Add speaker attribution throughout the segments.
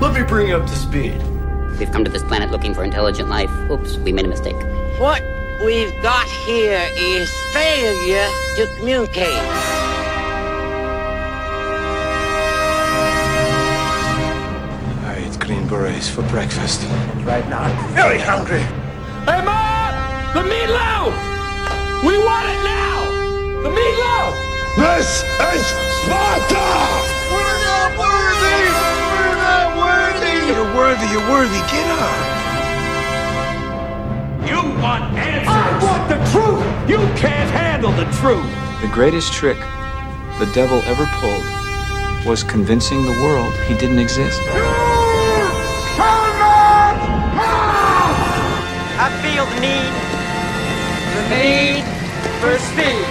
Speaker 1: Let me bring you up to speed.
Speaker 2: We've come to this planet looking for intelligent life. Oops, we made a mistake.
Speaker 3: What we've got here is failure to communicate.
Speaker 1: I ate green berets for breakfast.
Speaker 4: Right now, I'm
Speaker 1: Very hungry.
Speaker 5: Hey, Mom! The meatloaf! We want it now! The meatloaf!
Speaker 1: This is Sparta!
Speaker 4: We're not worthy! We're not worthy!
Speaker 1: You're worthy, you're worthy. Get up.
Speaker 5: You want answers! I want the truth! You can't handle the truth!
Speaker 6: The greatest trick the devil ever pulled was convincing the world he didn't exist.
Speaker 3: I feel the need. The need for speed.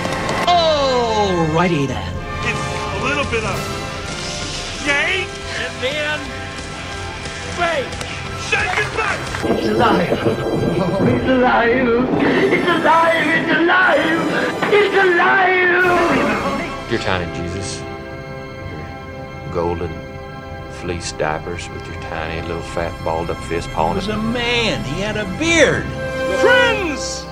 Speaker 3: Alrighty then.
Speaker 7: It's a little bit of yay
Speaker 5: And then. Wait!
Speaker 7: shake it back.
Speaker 8: Your tiny Jesus. Your golden fleece diapers with your tiny little fat balled up fist pawing
Speaker 5: a man. He had a beard. Friends!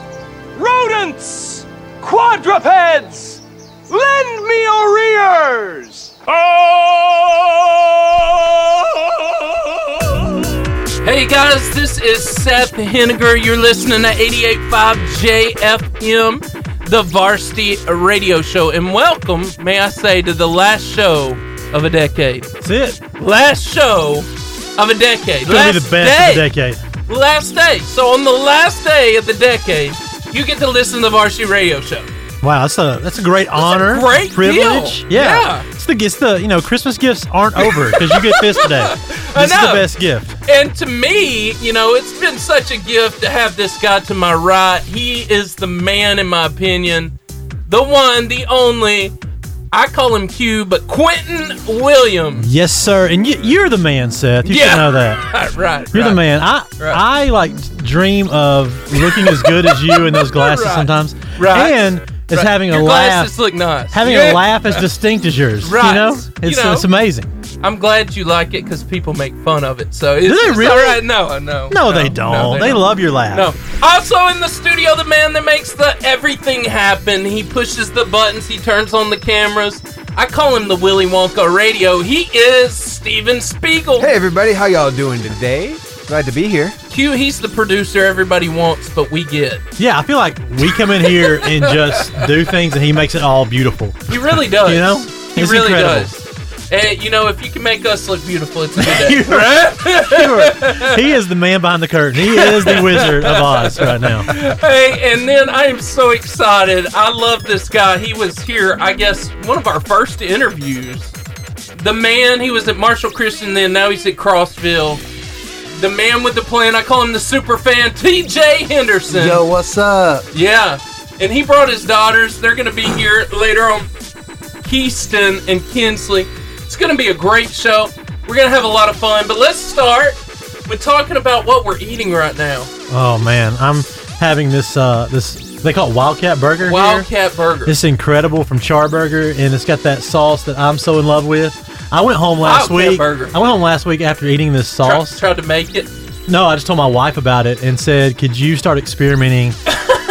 Speaker 5: Rodents! Quadrupeds! Lend me your ears!
Speaker 9: Hey guys, this is Seth Henniger. You're listening to 88.5 JFM, the varsity radio show. And welcome, may I say, to the last show of a decade.
Speaker 10: That's it.
Speaker 9: Last show of a decade.
Speaker 10: Gonna
Speaker 9: last
Speaker 10: be the best
Speaker 9: day.
Speaker 10: of the decade.
Speaker 9: Last day. So on the last day of the decade, you get to listen to the varsity radio show.
Speaker 10: Wow, that's a that's a great honor,
Speaker 9: great
Speaker 10: privilege.
Speaker 9: deal.
Speaker 10: Yeah.
Speaker 9: Yeah.
Speaker 10: it's the it's the you know Christmas gifts aren't over because you get this today. This is
Speaker 9: know.
Speaker 10: the best gift.
Speaker 9: And to me, you know, it's been such a gift to have this guy to my right. He is the man, in my opinion, the one, the only. I call him Q, but Quentin Williams.
Speaker 10: Yes, sir. And you, you're the man, Seth. You
Speaker 9: Yeah.
Speaker 10: should know that.
Speaker 9: Right, right.
Speaker 10: You're the man. I
Speaker 9: Right.
Speaker 10: I like dream of looking as good as you in those glasses
Speaker 9: Right.
Speaker 10: sometimes,
Speaker 9: Right.
Speaker 10: and is
Speaker 9: Right.
Speaker 10: having
Speaker 9: Your
Speaker 10: a
Speaker 9: glasses
Speaker 10: laugh,
Speaker 9: look nice.
Speaker 10: having
Speaker 9: Yeah.
Speaker 10: a laugh as distinct as yours.
Speaker 9: Right.
Speaker 10: You know,
Speaker 9: You
Speaker 10: it's
Speaker 9: know.
Speaker 10: it's amazing.
Speaker 9: I'm glad you like it because people make fun of it. So it's,
Speaker 10: they
Speaker 9: it's
Speaker 10: really?
Speaker 9: all right. No, I know.
Speaker 10: No, they don't. they love your laugh.
Speaker 9: No. Also in the studio, the man that makes the everything happen. He pushes the buttons. He turns on the cameras. I call him the Willy Wonka radio. He is Steven Spiegel.
Speaker 4: Hey, everybody, how y'all doing today? Glad to be here.
Speaker 9: Q. He's the producer everybody wants, but we get.
Speaker 10: Yeah, I feel like we come in here and just do things, and he makes it all beautiful.
Speaker 9: He really does.
Speaker 10: You know?
Speaker 9: He
Speaker 10: It's
Speaker 9: really
Speaker 10: incredible.
Speaker 9: does. And you know, if you can make us look beautiful, it's a good day.
Speaker 10: Sure. he is the man behind the curtain. He is the Wizard of Oz right now.
Speaker 9: Hey, and then I am so excited. I love this guy. He was here, I guess, one of our first interviews. The man, he was at Marshall Christian then, now he's at Crossville. The man with the plan, I call him the super fan, TJ Henderson.
Speaker 4: Yo, what's up?
Speaker 9: Yeah. And he brought his daughters. They're going to be here later on. Keyston and Kinsley. It's going to be a great show. We're going to have a lot of fun. But let's start with talking about what we're eating right now
Speaker 10: Oh man, I'm having this uh this they call it Wildcat Burger here.
Speaker 9: Wildcat Burger.
Speaker 10: It's incredible from Charburger, and it's got that sauce that I'm so in love with. I went home last
Speaker 9: Wildcat
Speaker 10: week.
Speaker 9: Burger.
Speaker 10: I went home last week after eating this
Speaker 9: Try-
Speaker 10: sauce.
Speaker 9: tried to make it.
Speaker 10: No, I just told my wife about it and said, "Could you start experimenting?"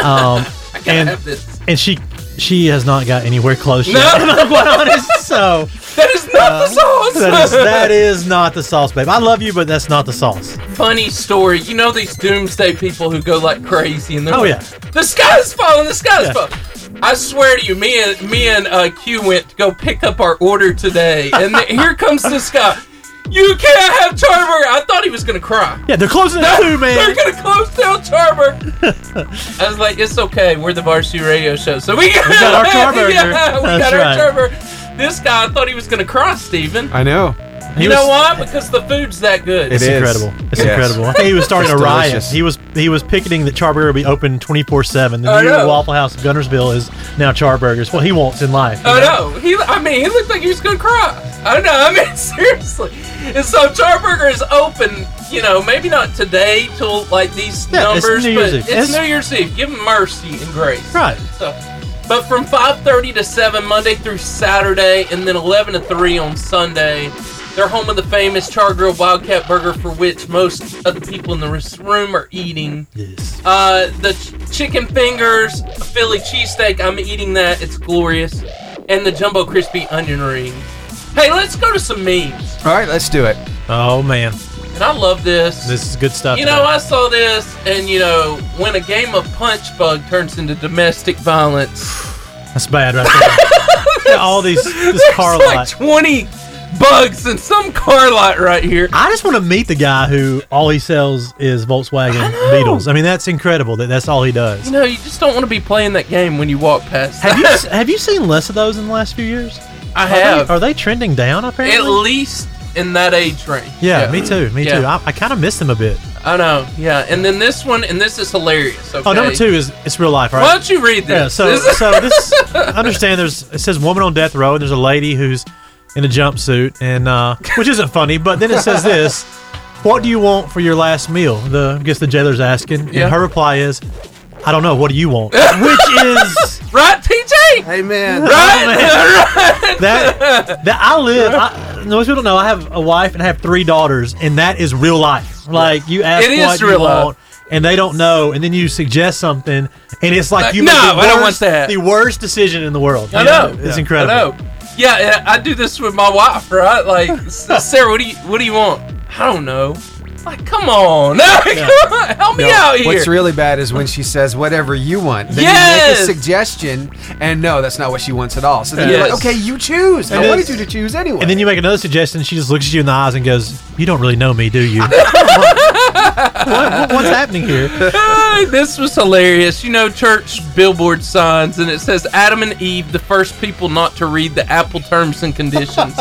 Speaker 10: Um,
Speaker 9: and
Speaker 10: and
Speaker 9: have this.
Speaker 10: and she she has not got anywhere close yet.
Speaker 9: No.
Speaker 10: if I'm quite honest. So
Speaker 9: That is not the sauce.
Speaker 10: Uh, Um, that is, that is not the sauce, babe. I love you, but that's not the sauce.
Speaker 9: funny story. You know these doomsday people who go like crazy and they're
Speaker 10: Oh,
Speaker 9: like,
Speaker 10: yeah.
Speaker 9: the sky's falling, the sky's
Speaker 10: Yeah.
Speaker 9: falling. I swear to you, me and me and uh, Q went to go pick up our order today, and th- here comes this guy. You can't have Charburger. I thought he was gonna cry.
Speaker 10: Yeah, they're closing the two,
Speaker 9: They're
Speaker 10: man.
Speaker 9: gonna close down Charburger. I was like, it's okay. We're the varsity radio show, so we got,
Speaker 10: got our Charburger.
Speaker 9: yeah, we got
Speaker 10: That's
Speaker 9: our
Speaker 10: right.
Speaker 9: Charburger. This guy, I thought he was gonna cry, Steven.
Speaker 4: I know.
Speaker 10: He
Speaker 9: you
Speaker 10: was-
Speaker 9: know why? Because the food's that good.
Speaker 4: It
Speaker 10: It's
Speaker 4: is.
Speaker 10: incredible. It's
Speaker 4: Yes.
Speaker 10: incredible. I think he was starting a
Speaker 4: It's
Speaker 10: riot.
Speaker 4: delicious.
Speaker 10: He was he was picketing that Charburger would be open twenty four seven. The
Speaker 9: I
Speaker 10: new
Speaker 9: know.
Speaker 10: Waffle House of Gunnersville is now Charburgers. What he wants in life. you
Speaker 9: Oh
Speaker 10: know?
Speaker 9: no, he. I mean, he looked like he was gonna cry. I know. I mean, seriously. And so Charburger is open. You know, maybe not today till like these
Speaker 10: Yeah, it's
Speaker 9: numbers,
Speaker 10: New
Speaker 9: but
Speaker 10: Year's Eve.
Speaker 9: it's,
Speaker 10: It's-
Speaker 9: New Year's Eve. Give him mercy and grace.
Speaker 10: Right.
Speaker 9: So, but from 5:30 to 7 Monday through Saturday, and then 11 to 3 on Sunday. They're home of the famous char grilled wildcat burger, for which most of the people in the res- room are eating.
Speaker 10: Yes.
Speaker 9: Uh, the ch- chicken fingers, Philly cheesesteak. I'm eating that. It's glorious. And the jumbo crispy onion rings. Hey, let's go to some memes.
Speaker 6: All right, let's do it.
Speaker 10: Oh man,
Speaker 9: And I love this.
Speaker 10: this is good stuff.
Speaker 9: you know,
Speaker 10: today.
Speaker 9: I saw this, and you know, when a game of punch bug turns into domestic violence,
Speaker 10: That's bad right there. Yeah, all these this car
Speaker 9: it's like
Speaker 10: lot.
Speaker 9: 20 bugs in some car lot right here.
Speaker 10: I just want to meet the guy who all he sells is Volkswagen
Speaker 9: I know.
Speaker 10: Beetles. I mean, that's incredible that that's all he does.
Speaker 9: You know, you just don't want to be playing that game when you walk past.
Speaker 10: Have you
Speaker 9: that.
Speaker 10: s- have you seen less of those in the last few years?
Speaker 9: I
Speaker 10: Are they-
Speaker 9: have.
Speaker 10: Are they, trending down? Apparently.
Speaker 9: At least in that age range.
Speaker 10: yeah, me too. Me
Speaker 9: Yeah.
Speaker 10: too. I, I kind of miss them a bit.
Speaker 9: I know. Yeah, and then this one, and this is hilarious. Okay?
Speaker 10: Oh, number two is it's real life, right?
Speaker 9: Why don't you read this?
Speaker 10: Yeah, so
Speaker 9: This is-
Speaker 10: so this I understand there's it says woman on death row and there's a lady who's in a jumpsuit and uh which isn't funny, but then it says this What do you want for your last meal? The I guess the jailer's asking.
Speaker 9: Yeah.
Speaker 10: And her reply is, I don't know, what do you want? Which is
Speaker 9: right, TJ.
Speaker 6: Hey, man.
Speaker 10: Oh,
Speaker 9: Right.
Speaker 10: that that I live I most people don't know I have a wife and I have three daughters and that is real life. Like you ask
Speaker 9: It is
Speaker 10: what you
Speaker 9: real life.
Speaker 10: want and they don't know and then you suggest something and it's like
Speaker 9: Like,
Speaker 10: you
Speaker 9: no,
Speaker 10: made the
Speaker 9: I don't want
Speaker 10: worst-
Speaker 9: that.
Speaker 10: The worst decision in the world.
Speaker 9: I
Speaker 10: You
Speaker 9: know.
Speaker 10: It's
Speaker 9: Yeah.
Speaker 10: incredible.
Speaker 9: I know. Yeah, yeah, I do this with my wife, right? Like, S- Sarah, what do you what do you want? I don't know. Like, come on, Come on. help me out here.
Speaker 6: What's really bad is when she says whatever you want. Then you make
Speaker 9: Yes!
Speaker 6: a suggestion, and no, that's not what she wants at all. So then you're
Speaker 9: Yes.
Speaker 6: like, okay, you choose.
Speaker 10: And
Speaker 6: I wanted
Speaker 10: then-
Speaker 6: you to choose anyway.
Speaker 10: And then you make another suggestion. She just looks at you in the eyes and goes, "You don't really know me, do you? what, what- what's happening here?"
Speaker 9: Hey, this was hilarious. You know, church billboard signs, and it says Adam and Eve, the first people not to read the Apple terms and conditions.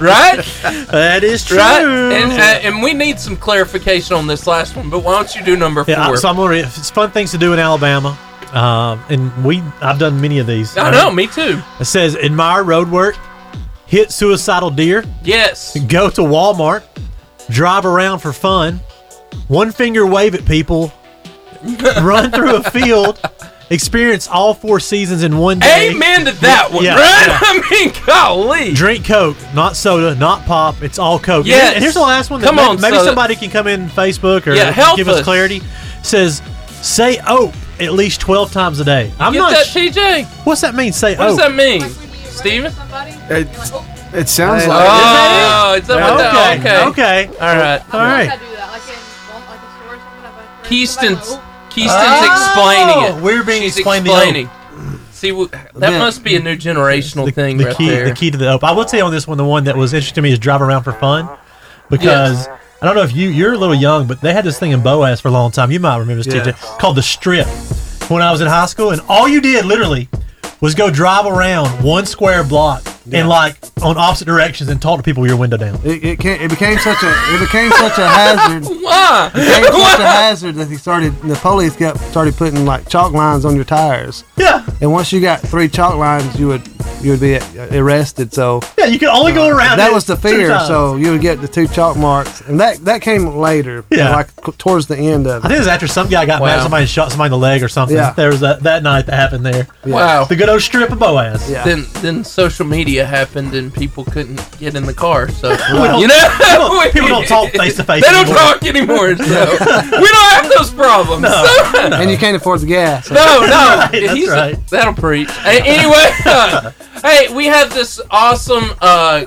Speaker 9: right?
Speaker 10: That is true.
Speaker 9: Right? And, uh, and we need some clarification on this last one, but why don't you do number four?
Speaker 10: yeah, I- so I'm gonna. read- It's fun things to do in Alabama, Um and we. I've done many of these.
Speaker 9: I know, me too.
Speaker 10: It says admire road work, hit suicidal deer,
Speaker 9: Yes.
Speaker 10: go to Walmart, drive around for fun, one finger wave at people, run through a field, experience all four seasons in one day.
Speaker 9: Amen to that one,
Speaker 10: Yeah,
Speaker 9: right?
Speaker 10: yeah.
Speaker 9: I mean, golly.
Speaker 10: Drink Coke, not soda, not pop. It's all Coke.
Speaker 9: Yes.
Speaker 10: And here's the last one. That
Speaker 9: Come
Speaker 10: may-
Speaker 9: on,
Speaker 10: maybe
Speaker 9: soda.
Speaker 10: somebody can come in Facebook or
Speaker 9: Yeah, help
Speaker 10: give
Speaker 9: us.
Speaker 10: us clarity. Says, say ope at least 12 times a day. I'm
Speaker 9: Get
Speaker 10: not.
Speaker 9: that,
Speaker 10: sh- Oh.
Speaker 9: TJ. What
Speaker 10: what's that mean? Say
Speaker 9: does
Speaker 10: ope.
Speaker 9: that mean? Steven?
Speaker 6: it, it sounds like.
Speaker 9: Oh, is that what that?
Speaker 10: okay.
Speaker 9: Okay.
Speaker 10: Okay.
Speaker 9: All right.
Speaker 10: All right.
Speaker 9: Keyston's Keyston's explaining it.
Speaker 10: We're being
Speaker 9: She's
Speaker 10: explained Oh. the
Speaker 9: explaining. See, w- that
Speaker 6: Man.
Speaker 9: must be a new generational
Speaker 10: The,
Speaker 9: thing
Speaker 10: the
Speaker 9: right
Speaker 10: key,
Speaker 9: there.
Speaker 10: the key to the ope. I will say on this one, the one that was interesting to me is drive around for fun, because I don't know if you you're a little young, but they had this thing in Boaz for a long time. You might remember this TJ, called the Strip. When I was in high school, and all you did literally was go drive around one square block and like on opposite directions and talk to people with your window down.
Speaker 4: It, it, came, it became such a it became such a hazard. It
Speaker 9: Why?
Speaker 4: became such a hazard that he started the police got started putting like chalk lines on your tires.
Speaker 10: Yeah,
Speaker 4: And once you got three chalk lines, you would you would be arrested. So
Speaker 10: yeah. You could only go around.
Speaker 4: that
Speaker 10: it
Speaker 4: was the
Speaker 10: two
Speaker 4: fear.
Speaker 10: times.
Speaker 4: So you would get the two chalk marks, and that that came later.
Speaker 10: Yeah.
Speaker 4: like c- towards the end of it.
Speaker 10: I think it was after some guy got mad,
Speaker 9: Wow.
Speaker 10: at somebody and shot somebody in the leg or something.
Speaker 4: Yeah.
Speaker 10: There was that, that night that happened there.
Speaker 9: Wow.
Speaker 10: The good old strip of Boaz.
Speaker 4: Yeah.
Speaker 9: Then, then social media happened and people couldn't get in the car. So
Speaker 10: don't-
Speaker 9: you know,
Speaker 10: people-
Speaker 9: we-
Speaker 10: people don't talk face-to-face
Speaker 9: They don't
Speaker 10: anymore.
Speaker 9: talk anymore. So we don't have those problems. So-
Speaker 4: and
Speaker 10: uh,
Speaker 4: you can't afford the gas.
Speaker 9: No, no,
Speaker 10: that's
Speaker 9: he's-
Speaker 10: right.
Speaker 9: that'll preach. Hey, anyway, uh, hey, we have this awesome, uh,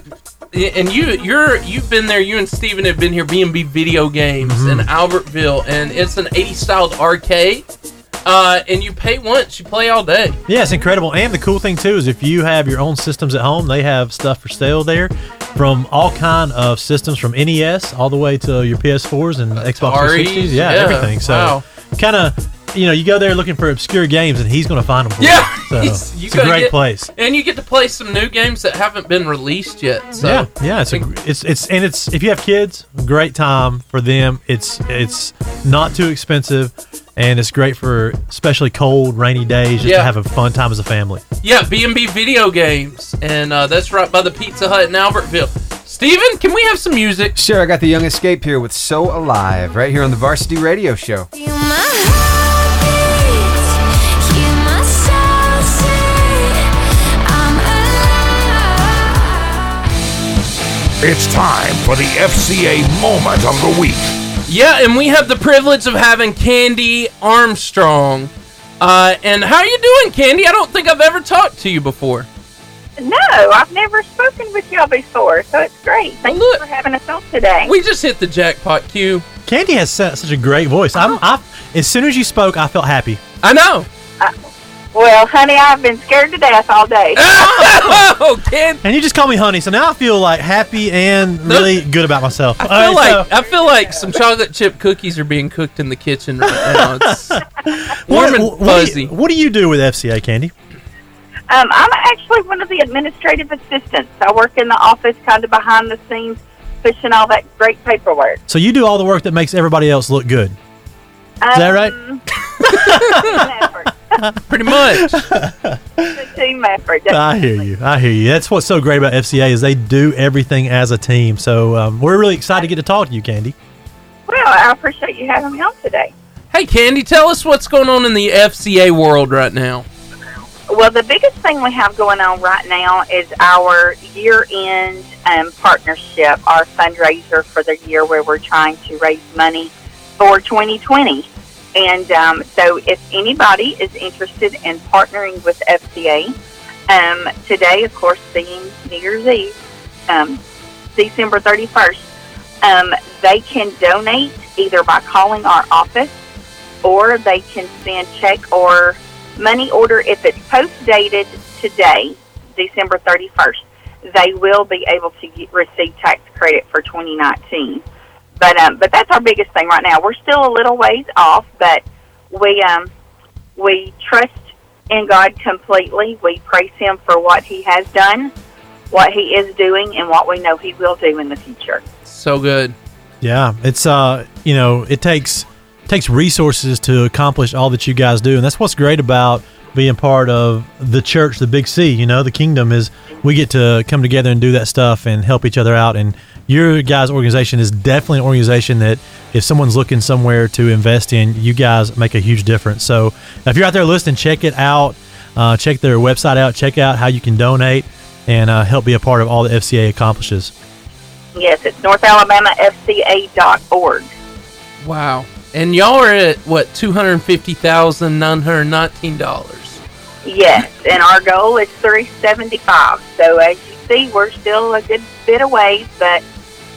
Speaker 9: and you, you're, you've been there. You and Steven have been here. B and B Video Games
Speaker 10: Mm-hmm.
Speaker 9: in Albertville, and it's an 80s styled arcade. Uh, and you pay once, you play all day.
Speaker 10: Yeah, it's incredible. And the cool thing too is if you have your own systems at home, they have stuff for sale there from all kind of systems from NES all the way to your PS4s and Xbox
Speaker 9: Ataris,
Speaker 10: 360s. Yeah,
Speaker 9: Uh, yeah,
Speaker 10: everything. So
Speaker 9: wow.
Speaker 10: kind of, you know, you go there looking for obscure games and he's going to find them. For
Speaker 9: Yeah,
Speaker 10: you. so
Speaker 9: he's- you
Speaker 10: it's a
Speaker 9: gotta
Speaker 10: great
Speaker 9: get-
Speaker 10: place.
Speaker 9: And you get to play some new games that haven't been released yet. So
Speaker 10: yeah, yeah, it's a, gr- it's it's and it's if you have kids, great time for them. It's it's not too expensive, and it's great for especially cold, rainy days just
Speaker 9: Yeah.
Speaker 10: to have a fun time as a family.
Speaker 9: yeah, B and B Video Games, and uh, that's right by the Pizza Hut in Albertville. Steven, can we have some music?
Speaker 6: Sure, I got the Young Escape here with So Alive right here on the Varsity Radio Show.
Speaker 3: Hey
Speaker 11: It's time for the FCA Moment of the Week.
Speaker 9: Yeah, and we have the privilege of having Candy Armstrong. Uh, and how are you doing, Candy? I don't think I've ever talked to you before.
Speaker 3: No, I've never spoken with y'all before, so it's great. Thank you for having us on today.
Speaker 9: We just hit the jackpot Q.
Speaker 10: Candy has su- such a great voice.
Speaker 9: Oh.
Speaker 10: I'm, I, as soon as you spoke, I felt happy.
Speaker 9: I know.
Speaker 3: Uh, Well, honey, I've been scared to death all day.
Speaker 9: oh, Candy!
Speaker 10: And you just call me honey, so now I feel like happy and really good about myself.
Speaker 9: I feel like I feel like some chocolate chip cookies are being cooked in the kitchen right now. It's warm and
Speaker 10: what, what, do
Speaker 9: fuzzy.
Speaker 10: you, what do you do with FCA, Candy?
Speaker 3: Um, I'm actually one of the administrative assistants. I work in the office, kind of behind the scenes, pushing all that great paperwork.
Speaker 10: So you do all the work that makes everybody else look good. Is that right?
Speaker 3: Um,
Speaker 9: Pretty much.
Speaker 3: it's a team effort.
Speaker 10: I hear you. I hear you. That's what's so great about FCA is they do everything as a team. So um, we're really excited to get to talk to you, Candy.
Speaker 3: Well, I appreciate you having me on today.
Speaker 9: Hey, Candy, tell us what's going on in the FCA world right now.
Speaker 3: Well, the biggest thing we have going on right now is our year end um, partnership, our fundraiser for the year where we're trying to raise money for 2020. And um, so, if anybody is interested in partnering with FCA, um, today, of course, being New Year's Eve, um, December 31st, um, they can donate either by calling our office or they can send check or money order if it's post dated today, December 31st. They will be able to get, receive tax credit for 2019. But um, but that's our biggest thing right now. We're still a little ways off, but we um, we trust in God completely. We praise Him for what He has done, what He is doing, and what we know He will do in the future.
Speaker 9: So good.
Speaker 10: Yeah, it's uh, you know, it takes takes resources to accomplish all that you guys do, and that's what's great about being part of the church, the Big C. You know, the kingdom is we get to come together and do that stuff and help each other out. And your guys' organization is definitely an organization that if someone's looking somewhere to invest in, you guys make a huge difference. So if you're out there listening, check it out. Uh, check their website out. Check out how you can donate and uh, help be a part of all the FCA accomplishes.
Speaker 3: Yes, it's NorthAlabamaFCA.org.
Speaker 9: Wow. And y'all are at what two hundred fifty thousand nine hundred nineteen dollars.
Speaker 3: Yes, and our goal is 375. So as you see, we're still a good bit away, but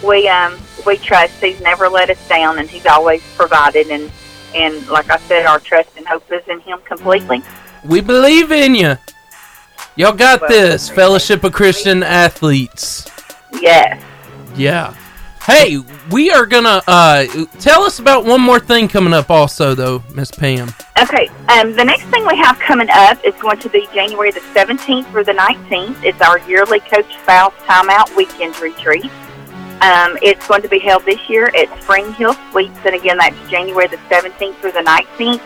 Speaker 3: we um we trust he's never let us down, and he's always provided. And and like I said, our trust and hope is in him completely.
Speaker 9: We believe in you. Y'all got this, Fellowship of Christian Athletes.
Speaker 3: Yes.
Speaker 9: Yeah. Hey, we are gonna uh, tell us about one more thing coming up, also though, Miss Pam.
Speaker 3: Okay, um, the next thing we have coming up is going to be January the 17th through the 19th. It's our yearly Coach Fouls Timeout Weekend Retreat. Um, it's going to be held this year at Spring Hill Suites, and again, that's January the 17th through the 19th.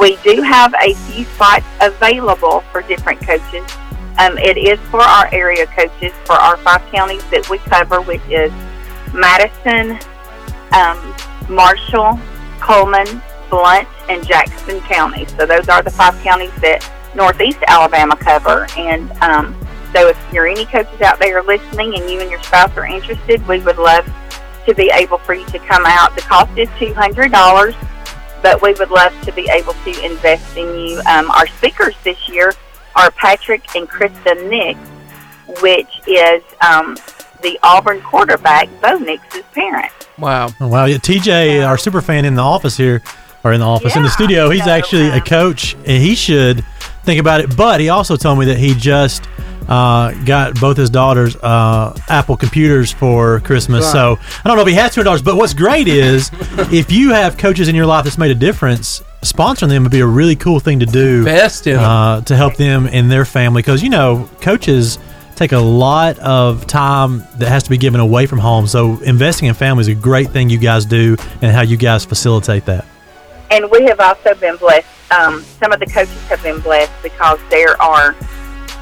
Speaker 3: We do have a few spots available for different coaches. Um, it is for our area coaches for our five counties that we cover, which is Madison, um, Marshall, Coleman, Blunt, and Jackson County. So those are the five counties that Northeast Alabama cover. And um, so if you're any coaches out there listening and you and your spouse are interested, we would love to be able for you to come out. The cost is $200, but we would love to be able to invest in you. Um, our speakers this year are Patrick and Krista Nix, which is um, the Auburn quarterback, Bo Nix's parent.
Speaker 9: Wow.
Speaker 10: Oh, wow. Yeah, TJ, our super fan in the office here, or in the office, in the studio, he's actually a coach and he should think about it. But he also told me that he just uh, got both his daughters uh, Apple computers for Christmas.
Speaker 9: Right.
Speaker 10: So I don't know if he has two daughters, but what's great is if you have coaches in your life that's made a difference, sponsoring them would be a really cool thing to do.
Speaker 9: Invest in 'em.
Speaker 10: uh, to help them and their family because you know coaches take a lot of time that has to be given away from home. So investing in family is a great thing you guys do and how you guys facilitate that.
Speaker 3: And we have also been blessed. Um, some of the coaches have been blessed because there are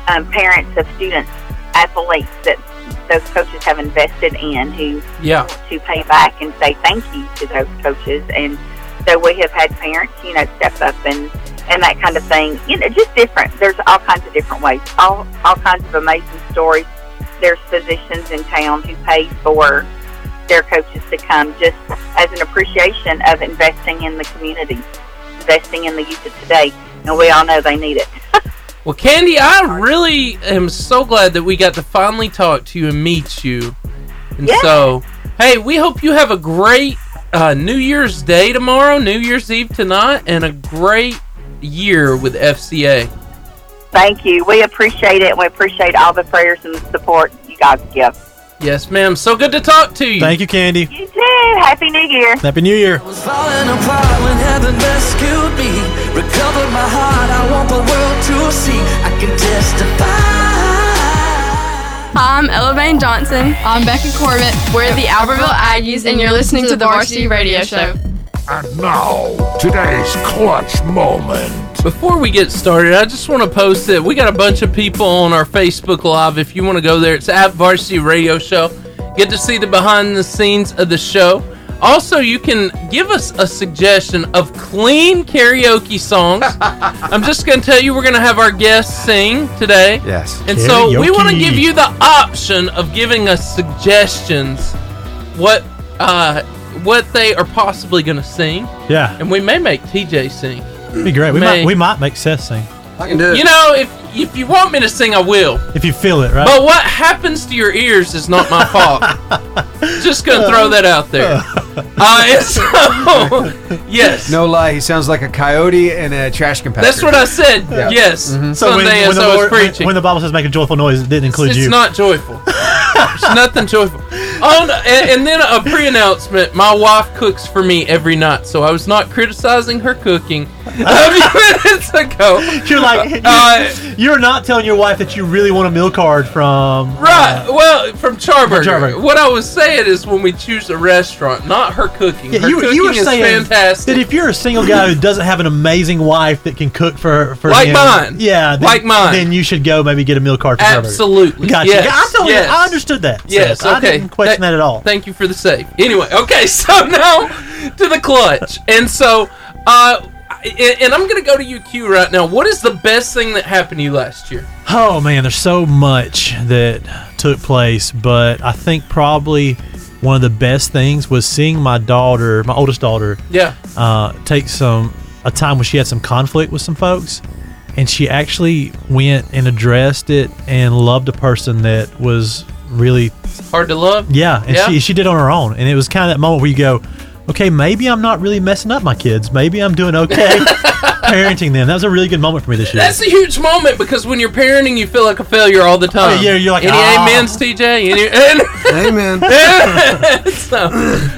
Speaker 3: um, parents of students, athletes that those coaches have invested in who
Speaker 9: Yeah.
Speaker 3: to pay back and say thank you to those coaches. And so we have had parents, you know, step up and and that kind of thing. You know, just different. There's all kinds of different ways. All all kinds of amazing stories there's physicians in town who pay for their coaches to come just as an appreciation of investing in the community, investing in the youth of today. And we all know they need it.
Speaker 9: Well, Candy, I really am so glad that we got to finally talk to you and meet you. And so, hey, we hope you have a great uh, New Year's Day tomorrow, New Year's Eve tonight, and a great year with FCA.
Speaker 3: Thank you. We appreciate it, and we appreciate all the prayers and the support you guys give.
Speaker 9: Yes, ma'am. So good to talk to you.
Speaker 10: Thank you, Candy.
Speaker 3: You too. Happy New Year.
Speaker 10: Happy New Year.
Speaker 12: Falling apart when heaven rescued me. Recovered my heart, I want the world to see. I can testify.
Speaker 13: Hi, I'm Ella Bain Johnson. I'm Becca Corbett. We're the Albertville Aggies, and you're listening to the Varsity Radio Show.
Speaker 14: And now, today's clutch moment.
Speaker 9: Before we get started, I just want to post that we got a bunch of people on our Facebook Live. If you want to go there, it's at Varsity Radio Show. Get to see the behind the scenes of the show. Also, you can give us a suggestion of clean karaoke songs. I'm just going to tell you, we're going to have our guests sing today.
Speaker 6: Yes.
Speaker 9: And so we want to
Speaker 6: Karaoke.
Speaker 9: give you the option of giving us suggestions what uh, what they are possibly going to sing.
Speaker 10: Yeah.
Speaker 9: And we may make TJ sing.
Speaker 10: It'd be great. We
Speaker 9: May.
Speaker 10: might we might make Seth sing
Speaker 9: I can do it. You know, if if you want me to sing, I will.
Speaker 10: if you feel it, right?
Speaker 9: But what happens to your ears is not my fault. Just gonna throw that out there. Uh, and so, yes,
Speaker 6: No lie, he sounds like a coyote and a trash compactor.
Speaker 9: that's what I said. Yes, Sunday as
Speaker 10: the
Speaker 9: I was
Speaker 10: Lord-
Speaker 9: preaching.
Speaker 10: Mm-hmm. when the Bible says make a joyful noise, it didn't include
Speaker 9: it's
Speaker 10: you.
Speaker 9: not joyful. it's nothing joyful. Oh, no, and, and then a pre-announcement. My wife cooks for me every night, so I was not criticizing her cooking a few minutes ago.
Speaker 10: You're like you're,
Speaker 9: Uh,
Speaker 10: you're not telling your wife that you really want a meal card from uh,
Speaker 9: Right. well, from Charburger.
Speaker 10: From Charburger.
Speaker 9: What I was saying is when we choose a restaurant, not her cooking.
Speaker 10: Yeah,
Speaker 9: her
Speaker 10: you,
Speaker 9: cooking
Speaker 10: you were
Speaker 9: is
Speaker 10: saying
Speaker 9: fantastic.
Speaker 10: that if you're a single guy who doesn't have an amazing wife that can cook for for
Speaker 9: Like
Speaker 10: him,
Speaker 9: mine.
Speaker 10: yeah, then,
Speaker 9: Like mine.
Speaker 10: then you should go maybe get a meal card. For Herbert.
Speaker 9: Absolutely.
Speaker 10: gotcha.
Speaker 9: Yes,
Speaker 10: Yeah, I, totally-
Speaker 9: yes.
Speaker 10: I understood that.
Speaker 9: Yes,
Speaker 10: Seth.
Speaker 9: okay.
Speaker 10: I didn't question that, at all.
Speaker 9: Thank you for the save. Anyway, okay, so now to the clutch. And so, uh, and, and I'm going to go to you, Q, right now. What is the best thing that happened to you last year?
Speaker 10: Oh man, there's so much that took place, but I think probably one of the best things was seeing my daughter, my oldest daughter,
Speaker 9: Yeah.
Speaker 10: uh, take some a time when she had some conflict with some folks, and she actually went and addressed it and loved a person that was really
Speaker 9: Hard to love?
Speaker 10: yeah, and
Speaker 9: yeah.
Speaker 10: she she did it on her own, and it was kind of that moment where you go, okay, maybe I'm not really messing up my kids, maybe I'm doing okay parenting them. That was a really good moment for me this year.
Speaker 9: That's a huge moment because when you're parenting, you feel like a failure all the time.
Speaker 10: Oh, yeah, you're like,
Speaker 9: any
Speaker 10: "Ah."
Speaker 9: amens, TJ? Any, and, amen. so,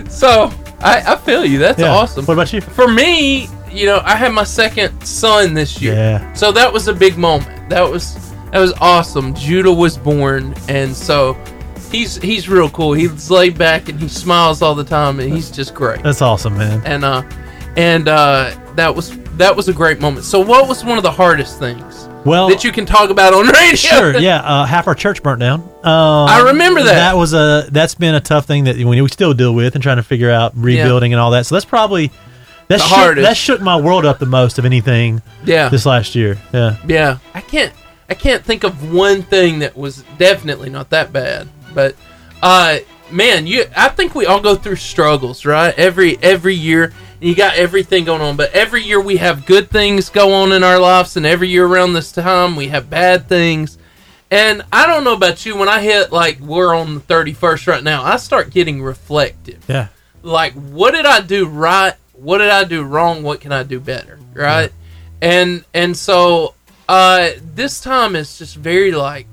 Speaker 9: so I, I feel you. That's
Speaker 10: Yeah.
Speaker 9: awesome.
Speaker 10: What about you?
Speaker 9: For me, you know, I had my second son this year,
Speaker 10: Yeah.
Speaker 9: so that was a big moment. That was that was awesome. Judah was born, and so he's he's real cool. He's laid back and he smiles all the time, and he's just great.
Speaker 10: That's awesome, man.
Speaker 9: And uh, and uh, that was that was a great moment. So, what was one of the hardest things?
Speaker 10: Well,
Speaker 9: that you can talk about on radio.
Speaker 10: Oh. Sure, yeah. Uh, half our church burnt down. Um,
Speaker 9: I remember that.
Speaker 10: That was a that's been a tough thing that we, we still deal with and trying to figure out rebuilding and all that. So that's probably
Speaker 9: The
Speaker 10: that shook,
Speaker 9: hardest.
Speaker 10: that shook my world up the most of anything.
Speaker 9: Yeah.
Speaker 10: this last year. Yeah,
Speaker 9: Yeah, I can't. I can't think of one thing that was definitely not that bad. But, uh, man, you. I think we all go through struggles, right? Every every year, and you got everything going on. But every year we have good things go on in our lives, and every year around this time we have bad things. And I don't know about you, when I hit like we're on the thirty first right now, I start getting reflective
Speaker 10: yeah.
Speaker 9: like what did i do right what did i do wrong what can i do better right and and so uh this time it's just very like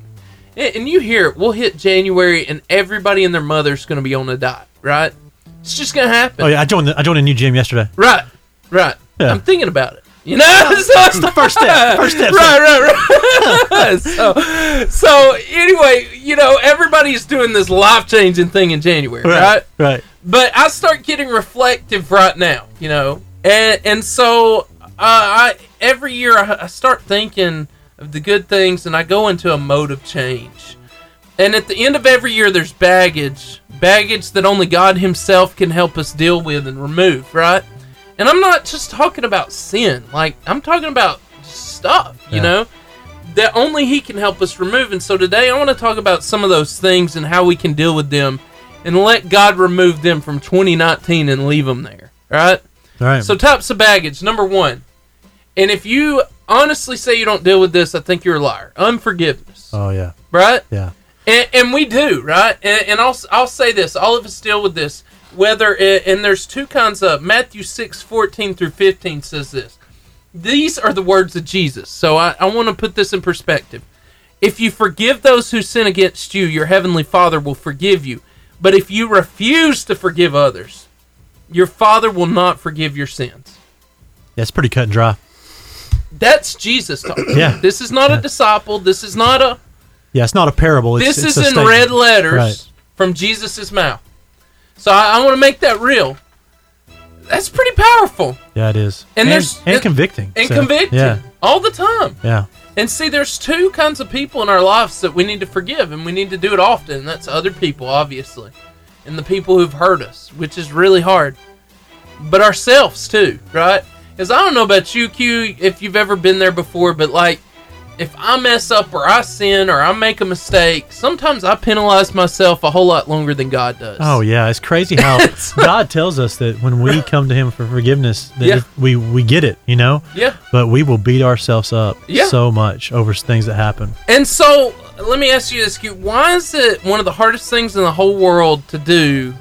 Speaker 9: and, and you hear it we'll hit january and everybody and their mother's gonna be on a diet right it's just gonna happen
Speaker 10: Oh yeah, I joined the, I joined a new gym yesterday.
Speaker 9: right right
Speaker 10: Yeah.
Speaker 9: i'm thinking about it you know so it's the
Speaker 10: first step first step
Speaker 9: right right right so, so anyway you know everybody's doing this life-changing thing in january right?
Speaker 10: right.
Speaker 9: but I start getting reflective right now, you know, and and so uh, I every year I, I start thinking of the good things, and I go into a mode of change. And at the end of every year, there's baggage, baggage that only God Himself can help us deal with and remove, right? And I'm not just talking about sin, like I'm talking about stuff, you
Speaker 10: Yeah.
Speaker 9: know, that only he can help us remove. And so today I want to talk about some of those things and how we can deal with them and let God remove them from 2019 and leave them there. All right?
Speaker 10: All right.
Speaker 9: So types of baggage, number one. And if you honestly say you don't deal with this, I think you're a liar. Unforgiveness,
Speaker 10: Oh yeah.
Speaker 9: right?
Speaker 10: Yeah.
Speaker 9: And, and we do, right? And, and I'll, I'll say this: all of us deal with this. Whether it, and there's two kinds of Matthew six fourteen through fifteen says this. These are the words of Jesus. So I, I want to put this in perspective. If you forgive those who sin against you, your heavenly Father will forgive you. But if you refuse to forgive others, your Father will not forgive your sins.
Speaker 10: That's pretty cut and dry.
Speaker 9: That's Jesus talking.
Speaker 10: Yeah.
Speaker 9: This is not a disciple. This is not a
Speaker 10: Yeah, it's not a parable. It's,
Speaker 9: this
Speaker 10: it's
Speaker 9: is
Speaker 10: a
Speaker 9: in
Speaker 10: statement.
Speaker 9: red letters
Speaker 10: Right.
Speaker 9: from Jesus' mouth. So I, I want to make that real. That's pretty powerful
Speaker 10: Yeah, it is.
Speaker 9: And there's-
Speaker 10: and convicting.
Speaker 9: and
Speaker 10: so,
Speaker 9: convicting
Speaker 10: Yeah.
Speaker 9: all the time.
Speaker 10: Yeah.
Speaker 9: And see, there's two kinds of people in our lives that we need to forgive, and we need to do it often. And that's other people, obviously, and the people who've hurt us, which is really hard. But ourselves too, right? Because I don't know about you, Q, if you've ever been there before, but like, if I mess up or I sin or I make a mistake, sometimes I penalize myself a whole lot longer than God does.
Speaker 10: Oh yeah, it's crazy how God tells us that when we come to Him for forgiveness, that
Speaker 9: Yeah.
Speaker 10: if we we get it, you know.
Speaker 9: Yeah.
Speaker 10: But we will beat ourselves up
Speaker 9: Yeah.
Speaker 10: so much over things that happen.
Speaker 9: And so, let me ask you this, Q. Why is it one of the hardest things in the whole world to do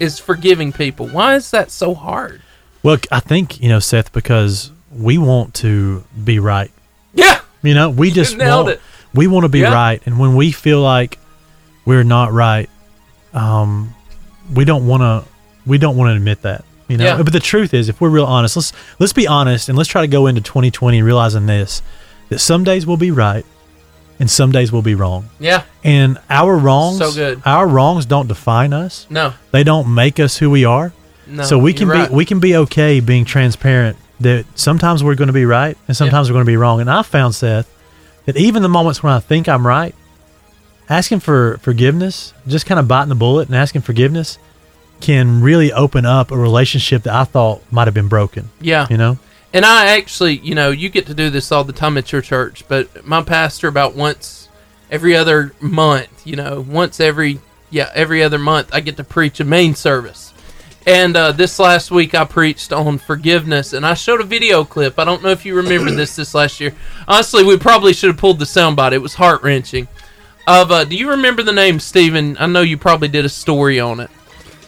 Speaker 9: is forgiving people? Why is that so hard?
Speaker 10: Well, I think you know, Seth, because we want to be right.
Speaker 9: Yeah.
Speaker 10: You know, we just
Speaker 9: nailed
Speaker 10: want,
Speaker 9: it.
Speaker 10: we want to be
Speaker 9: Yeah.
Speaker 10: right, and when we feel like we're not right, um, we don't want to we don't want to admit that. You know,
Speaker 9: Yeah.
Speaker 10: but the truth is, if we're real honest, let's let's be honest and let's try to go into 2020 realizing this that some days we'll be right, and some days we'll be wrong.
Speaker 9: Yeah.
Speaker 10: And our wrongs,
Speaker 9: So good.
Speaker 10: our wrongs don't define us.
Speaker 9: No.
Speaker 10: they don't make us who we are.
Speaker 9: No,
Speaker 10: so we
Speaker 9: you're
Speaker 10: can be
Speaker 9: right.
Speaker 10: we can be okay being transparent that sometimes we're going to be right and sometimes we're going to be wrong. And I found Seth that even the moments when I think I'm right, asking for forgiveness, just kind of biting the bullet and asking forgiveness, can really open up a relationship that I thought might have been broken.
Speaker 9: Yeah.
Speaker 10: you know.
Speaker 9: And I actually, you know, you get to do this all the time at your church, but my pastor about once every other month, you know, once every yeah, every other month I get to preach a main service. And uh, this last week I preached on forgiveness and I showed a video clip. I don't know if you remember this this last year. Honestly, we probably should have pulled the soundbite. It was heart-wrenching. Of uh, do you remember the name Stephen? I know you probably did a story on it.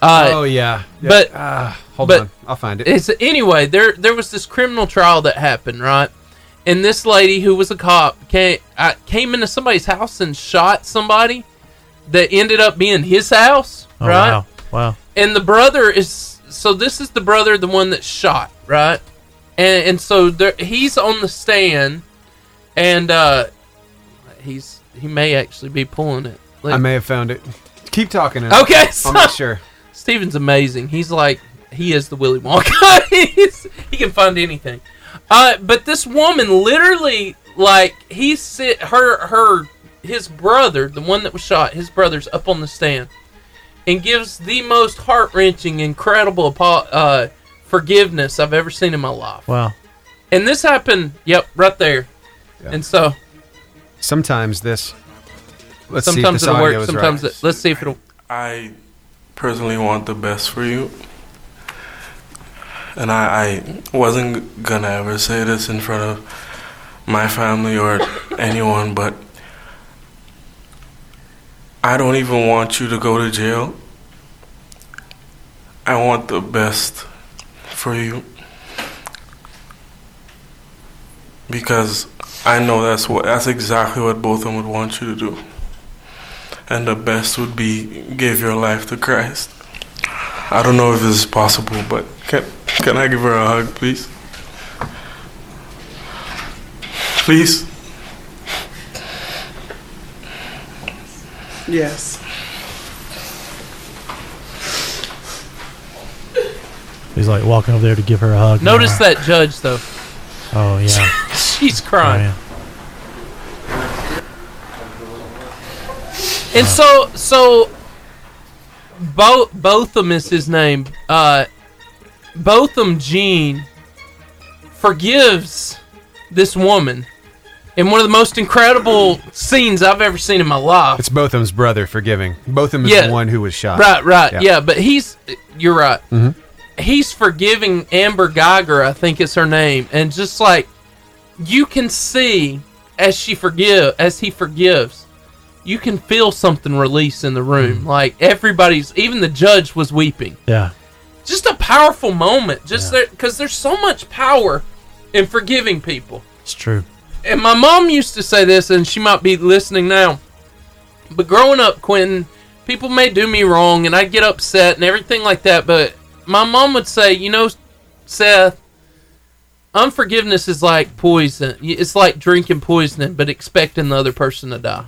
Speaker 9: Uh,
Speaker 6: Oh, yeah. Yeah.
Speaker 9: But
Speaker 6: Ah, hold
Speaker 9: but
Speaker 6: on. I'll find it.
Speaker 9: It's anyway. There there was this criminal trial that happened, right? And this lady who was a cop came I came into somebody's house and shot somebody that ended up being his house,
Speaker 10: Oh,
Speaker 9: right?
Speaker 10: Wow. Wow.
Speaker 9: And the brother is so this is the brother, the one that shot, right? And and so there, he's on the stand, and uh, he's he may actually be pulling it.
Speaker 6: I may have found it. Keep talking. and
Speaker 9: Okay,
Speaker 6: I'll- I'll make sure.
Speaker 9: Steven's amazing. He's like he is the Willy Wonka. He's, he can find anything. Uh, but this woman literally like he sit her her his brother, the one that was shot, his brother's up on the stand and gives the most heart wrenching, incredible apo- uh, forgiveness I've ever seen in my life.
Speaker 10: Wow.
Speaker 9: And this happened, yep, right there. And so
Speaker 6: Sometimes this. Let's see if
Speaker 9: sometimes
Speaker 6: this
Speaker 9: it'll
Speaker 6: audio
Speaker 9: work,
Speaker 6: is
Speaker 9: sometimes
Speaker 6: right.
Speaker 9: it, let's see if it'll.
Speaker 15: I personally want the best for you. And I, I wasn't gonna ever say this in front of my family or anyone, but I don't even want you to go to jail. I want the best for you. Because I know that's what that's exactly what both of them would want you to do and the best would be give your life to Christ. I don't know if this is possible, but can can I give her a hug, please? Please.
Speaker 16: Yes.
Speaker 10: He's like walking over there to give her a hug.
Speaker 9: Notice that judge though.
Speaker 10: Oh yeah. Oh,
Speaker 9: She's crying. And so, so Bo- Botham is his name. Uh, Botham Jean forgives this woman in one of the most incredible scenes I've ever seen in my life.
Speaker 6: It's Botham's brother forgiving. Botham is
Speaker 9: Yeah.
Speaker 6: the one who was shot.
Speaker 9: Right, right, yeah. but he's you're right.
Speaker 6: Mhm.
Speaker 10: Mm-hmm.
Speaker 9: He's forgiving Amber Geiger, I think is her name, and just like you can see as she forgive as he forgives, you can feel something release in the room. Like everybody's, even the judge was weeping.
Speaker 10: Mm-hmm. Yeah.
Speaker 9: Just a powerful moment, just there because there's so much power in forgiving people.
Speaker 10: It's true.
Speaker 9: And my mom used to say this, and she might be listening now. But growing up, Quentin, people may do me wrong, and I get upset and everything like that. But my mom would say, you know, Seth, unforgiveness is like poison. It's like drinking poisoning, but expecting the other person to die.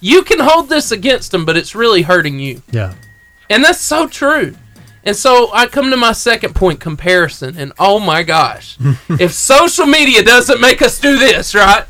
Speaker 9: You can hold this against them, but it's really hurting you.
Speaker 10: Yeah.
Speaker 9: And that's so true. And so I come to my second point comparison, and oh my gosh, if social media doesn't make us do this, right?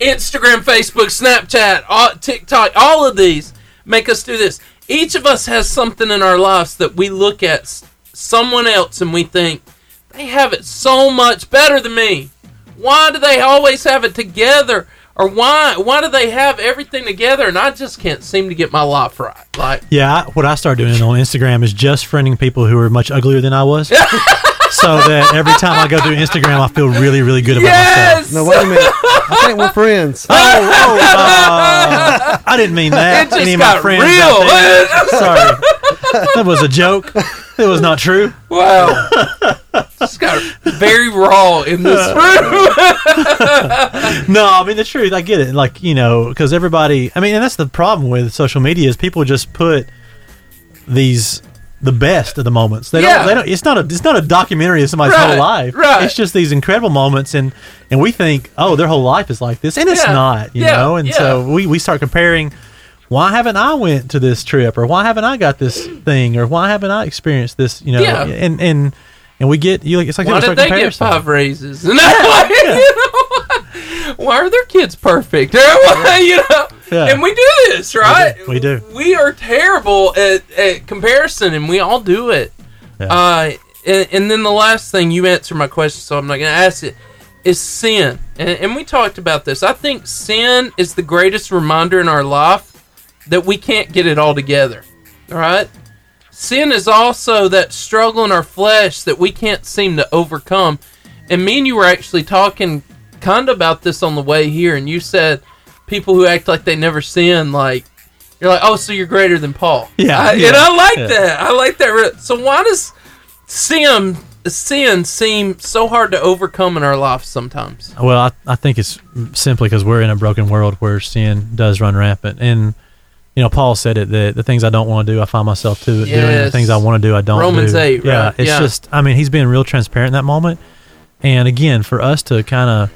Speaker 9: Instagram, Facebook, Snapchat, all, TikTok, all of these make us do this. Each of us has something in our lives that we look at s- someone else and we think, they have it so much better than me. Why do they always have it together? Or why why do they have everything together and I just can't seem to get my life right? Like
Speaker 10: Yeah, I, what I started doing on Instagram is just friending people who are much uglier than I was. so that every time I go through Instagram, I feel really, really good about myself. Oh,
Speaker 4: No, wait a minute. I think we're friends.
Speaker 10: Uh, I didn't mean that.
Speaker 4: It just
Speaker 10: Any of my
Speaker 4: got
Speaker 10: friends
Speaker 4: real.
Speaker 10: out there. Sorry. That was a joke. It was not true.
Speaker 9: Wow. just got very raw in this
Speaker 10: Uh,
Speaker 9: room.
Speaker 10: no, I mean the truth. I get it. Like you know, because everybody. I mean, and that's the problem with social media is people just put these the best of the moments. They
Speaker 9: Yeah.
Speaker 10: don't. They don't. It's not a. It's not a documentary of somebody's
Speaker 9: Right,
Speaker 10: whole life.
Speaker 9: right.
Speaker 10: It's just these incredible moments, and and we think, oh, their whole life is like this, and it's
Speaker 9: Yeah.
Speaker 10: not. You
Speaker 9: Yeah,
Speaker 10: know, and so
Speaker 9: yeah.
Speaker 10: we we start comparing. Why haven't I went to this trip, or why haven't I got this thing, or why haven't I experienced this? You know,
Speaker 9: Yeah.
Speaker 10: and and and we get you. Like, it's like
Speaker 9: Why
Speaker 10: we
Speaker 9: did
Speaker 10: start
Speaker 9: they
Speaker 10: comparing
Speaker 9: get
Speaker 10: stuff.
Speaker 9: five raises? And that way, you know, why are their kids perfect? That way, you know,
Speaker 10: Yeah.
Speaker 9: and we do this right.
Speaker 10: We do.
Speaker 9: We are terrible at, at comparison, and we all do it. Uh, and, and then the last thing you answer my question, so I'm not going to ask it. Is sin, and, and we talked about this. I think sin is the greatest reminder in our life that we can't get it all together. All right. Sin is also that struggle in our flesh that we can't seem to overcome. And me and you were actually talking kind of about this on the way here, and you said people who act like they never sin, like, you're like, oh, so you're greater than Paul.
Speaker 17: Yeah,
Speaker 9: I-
Speaker 17: yeah,
Speaker 9: and I like
Speaker 17: yeah.
Speaker 9: that. I like that. re- So why does sin, sin seem so hard to overcome in our life sometimes?
Speaker 10: Well, I, I think it's simply because we're in a broken world where sin does run rampant. And, you know, Paul said it that the things I don't want to do, I find myself to doing. The
Speaker 9: Yes.
Speaker 10: things I want to do, I don't
Speaker 9: Romans
Speaker 10: do.
Speaker 9: 8,
Speaker 10: Yeah,
Speaker 9: right?
Speaker 10: it's
Speaker 9: Yeah.
Speaker 10: just, I mean, he's being real transparent in that moment. And again, for us to kind of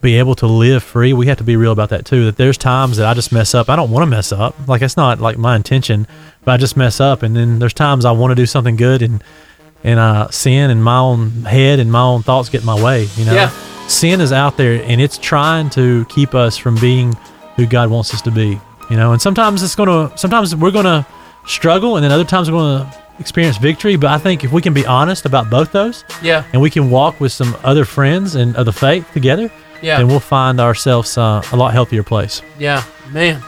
Speaker 10: be able to live free, we have to be real about that too. That there's times that I just mess up. I don't want to mess up. Like, it's not like my intention, but I just mess up. And then there's times I want to do something good and, and uh, sin and my own head and my own thoughts get in my way, you know?
Speaker 9: Yeah.
Speaker 10: sin is out there and it's trying to keep us from being who God wants us to be. You know, and sometimes it's going to, sometimes we're going to struggle and then other times we're going to experience victory. But I think if we can be honest about both those
Speaker 9: Yeah.
Speaker 10: and we can walk with some other friends and of the faith together,
Speaker 9: Yeah.
Speaker 10: then we'll find ourselves uh, a lot healthier place.
Speaker 9: Yeah, man.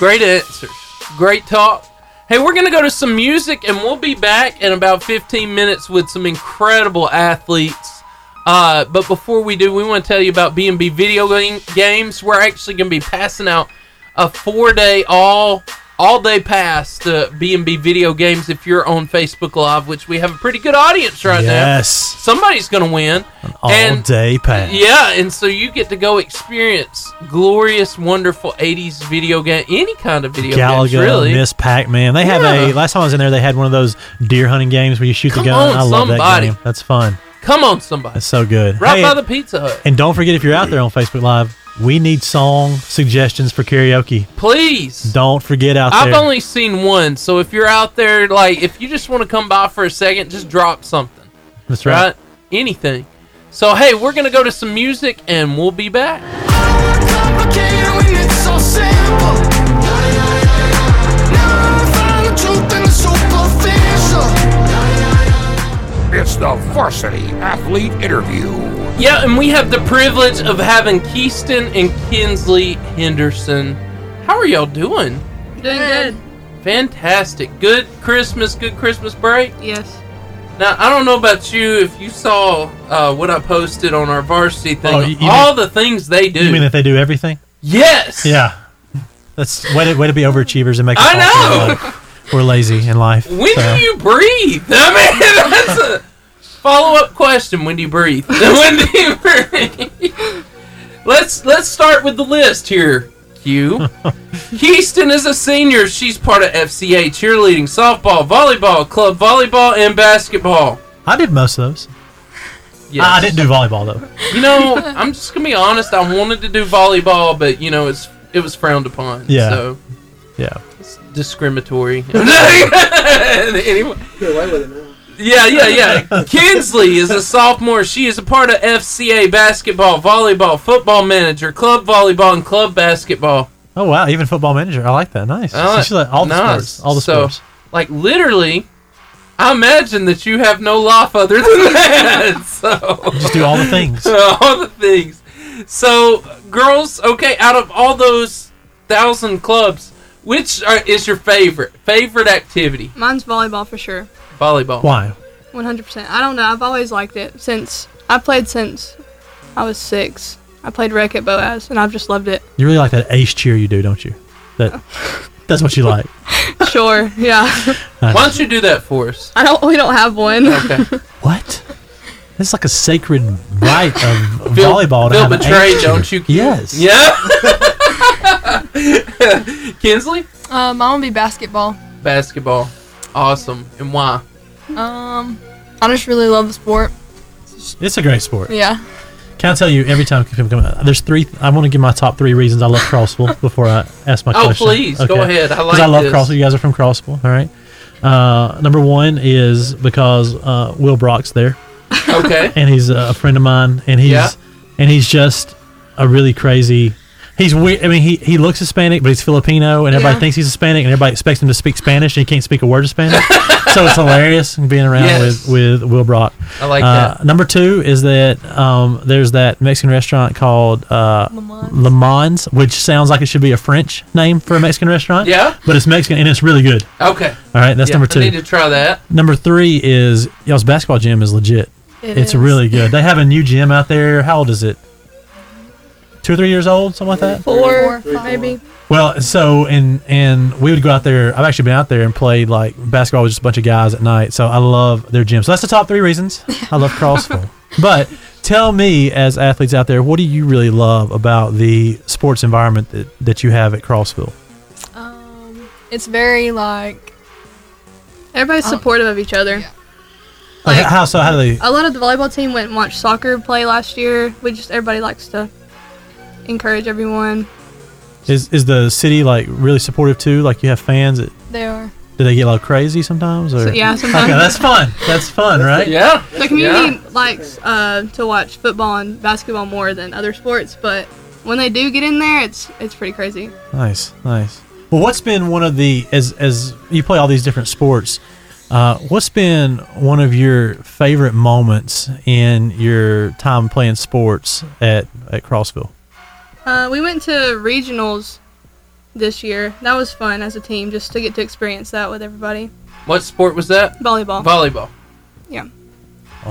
Speaker 9: Great answers. Great talk. Hey, we're going to go to some music and we'll be back in about 15 minutes with some incredible athletes. Uh, but before we do, we want to tell you about B&B Video Game- Games. We're actually going to be passing out a four-day all all day pass to B&B Video Games if you're on Facebook Live, which we have a pretty good audience right now.
Speaker 10: Yes.
Speaker 9: Somebody's going to win.
Speaker 10: All
Speaker 9: And-
Speaker 10: day pass.
Speaker 9: yeah, and so you get to go experience glorious, wonderful '80s video game, any kind of video games,
Speaker 10: Galaga,
Speaker 9: really.
Speaker 10: Miss Pac Man. They have
Speaker 9: Yeah.
Speaker 10: a, last time I was in there, they had one of those deer hunting games where you shoot
Speaker 9: Come
Speaker 10: the gun.
Speaker 9: on,
Speaker 10: I love
Speaker 9: somebody.
Speaker 10: that game. That's fun.
Speaker 9: Come on, somebody,
Speaker 10: That's so good.
Speaker 9: right
Speaker 10: Hey,
Speaker 9: by the Pizza Hut,
Speaker 10: And don't forget if you're out there on Facebook Live, we need song suggestions for karaoke.
Speaker 9: please.
Speaker 10: Don't forget out
Speaker 9: I've
Speaker 10: there.
Speaker 9: only seen one, so if you're out there, like if you just want to come by for a second, just drop something,
Speaker 10: That's
Speaker 9: right?
Speaker 10: right.
Speaker 9: Anything. So hey, we're gonna go to some music, and we'll be back.
Speaker 18: It's
Speaker 19: the Varsity Athlete Interview.
Speaker 9: Yeah, and we have the privilege of having Keyston and Kinsley Henderson. How are y'all doing?
Speaker 8: Doing good.
Speaker 9: Fantastic. Good Christmas, good Christmas break.
Speaker 8: Yes.
Speaker 9: Now, I don't know about you if you saw uh, what I posted on our varsity thing.
Speaker 10: Oh, you- you
Speaker 9: all the things they do.
Speaker 10: You mean that they do everything?
Speaker 9: Yes.
Speaker 10: Yeah. That's way to, way to be overachievers and make. us
Speaker 9: I
Speaker 10: all
Speaker 9: know!
Speaker 10: feel like we're lazy in life.
Speaker 9: when
Speaker 10: so.
Speaker 9: do you breathe? I mean, that's a follow up question. When do you breathe? when do you breathe? let's let's start with the list here. Q. Houston is a senior. She's part of FCA cheerleading, softball, volleyball, club volleyball, and basketball.
Speaker 10: I did most of those.
Speaker 9: Yes.
Speaker 10: Ah, I, I didn't do volleyball though.
Speaker 9: You know, I'm just gonna be honest. I wanted to do volleyball, but you know, it's it was frowned upon.
Speaker 10: Yeah.
Speaker 9: So
Speaker 10: Yeah.
Speaker 9: it's discriminatory. anyway. Yeah, yeah, yeah. Kinsley is a sophomore. She is a part of FCA basketball, volleyball, football manager, club volleyball, and club basketball.
Speaker 10: Oh wow! Even football manager. I like that. Nice.
Speaker 9: Uh,
Speaker 10: So she's like all the
Speaker 9: nice.
Speaker 10: sports. All the
Speaker 9: so,
Speaker 10: sports.
Speaker 9: Like literally, I imagine that you have no life other than that. So
Speaker 10: Just do all the things.
Speaker 9: all the things. So girls, okay, out of all those thousand clubs, which are, is your favorite favorite activity?
Speaker 8: Mine's volleyball for sure.
Speaker 9: Volleyball.
Speaker 10: Why?
Speaker 8: 100%. I don't know. I've always liked it since I played since I was six. I played rec at Boaz and I've just loved it.
Speaker 10: You really like that ace cheer you do, don't you? That that's what you like.
Speaker 8: Sure. Yeah.
Speaker 9: Why don't you do that for us?
Speaker 8: I don't. We don't have one.
Speaker 9: Okay.
Speaker 10: What? It's like a sacred right of
Speaker 9: Feel-
Speaker 10: volleyball. to
Speaker 9: feel
Speaker 10: have an
Speaker 9: betrayed,
Speaker 10: ace
Speaker 9: don't
Speaker 10: cheer.
Speaker 9: you, Keith?
Speaker 10: Yes.
Speaker 9: Yeah. Kinsley,
Speaker 20: Uh, mine would be basketball.
Speaker 9: basketball, awesome, and why?
Speaker 20: Um, I just really love the sport.
Speaker 10: It's a great sport.
Speaker 20: Yeah.
Speaker 10: Can I tell you every time people come out? There's three. I want to give my top three reasons I love Crossville before I ask my
Speaker 9: Oh,
Speaker 10: question.
Speaker 9: please, go ahead. I
Speaker 10: 'Cause
Speaker 9: like
Speaker 10: I love
Speaker 9: this.
Speaker 10: Crossville. You guys are from Crossville, all right? Uh, number one is because uh, Will Brock's there.
Speaker 9: Okay.
Speaker 10: and he's a friend of mine, and he's
Speaker 9: Yeah.
Speaker 10: and he's just a really crazy. He's weird. I mean, he, he looks Hispanic, but he's Filipino, and everybody
Speaker 9: Yeah.
Speaker 10: thinks he's Hispanic, and everybody expects him to speak Spanish, and he can't speak a word of Spanish. so it's hilarious being around
Speaker 9: Yes.
Speaker 10: with, with Will Brock.
Speaker 9: I like
Speaker 10: Uh, number two is that um, there's that Mexican restaurant called uh, Le Mans, which sounds like it should be a French name for a Mexican restaurant.
Speaker 9: Yeah.
Speaker 10: But it's Mexican and it's really good.
Speaker 9: Okay.
Speaker 10: All right, that's
Speaker 9: Yeah,
Speaker 10: number two.
Speaker 9: I need to try that.
Speaker 10: Number three is y'all's basketball gym is legit.
Speaker 9: It
Speaker 10: it's
Speaker 9: is.
Speaker 10: really good. They have a new gym out there. How old is it? Two or three years old, something like that.
Speaker 8: Four, maybe.
Speaker 10: Well, so and and we would go out there. I've actually been out there and played like basketball with just a bunch of guys at night. So I love their gym. So that's the top three reasons I love Crossville. but tell me, as athletes out there, what do you really love about the sports environment that, that you have at Crossville?
Speaker 20: It's very like
Speaker 8: Everybody's supportive of each other.
Speaker 10: Like, how so? How do they?
Speaker 8: A lot of the volleyball team went and watched soccer play last year. We just everybody likes to encourage everyone.
Speaker 10: Is is the city like really supportive too? Like you have fans that
Speaker 8: They are.
Speaker 10: do they get a little crazy sometimes? Or
Speaker 8: So- yeah, sometimes.
Speaker 10: Okay, that's fun. That's fun, right?
Speaker 9: Yeah.
Speaker 8: The community likes uh, to watch football and basketball more than other sports, but when they do get in there, it's it's pretty crazy.
Speaker 10: Nice, nice. Well, what's been one of the as as you play all these different sports? Uh, what's been one of your favorite moments in your time playing sports at at Crossville?
Speaker 8: Uh, we went to regionals this year. That was fun as a team, just to get to experience that with everybody.
Speaker 9: What sport was that?
Speaker 8: Volleyball.
Speaker 9: Volleyball.
Speaker 8: Yeah.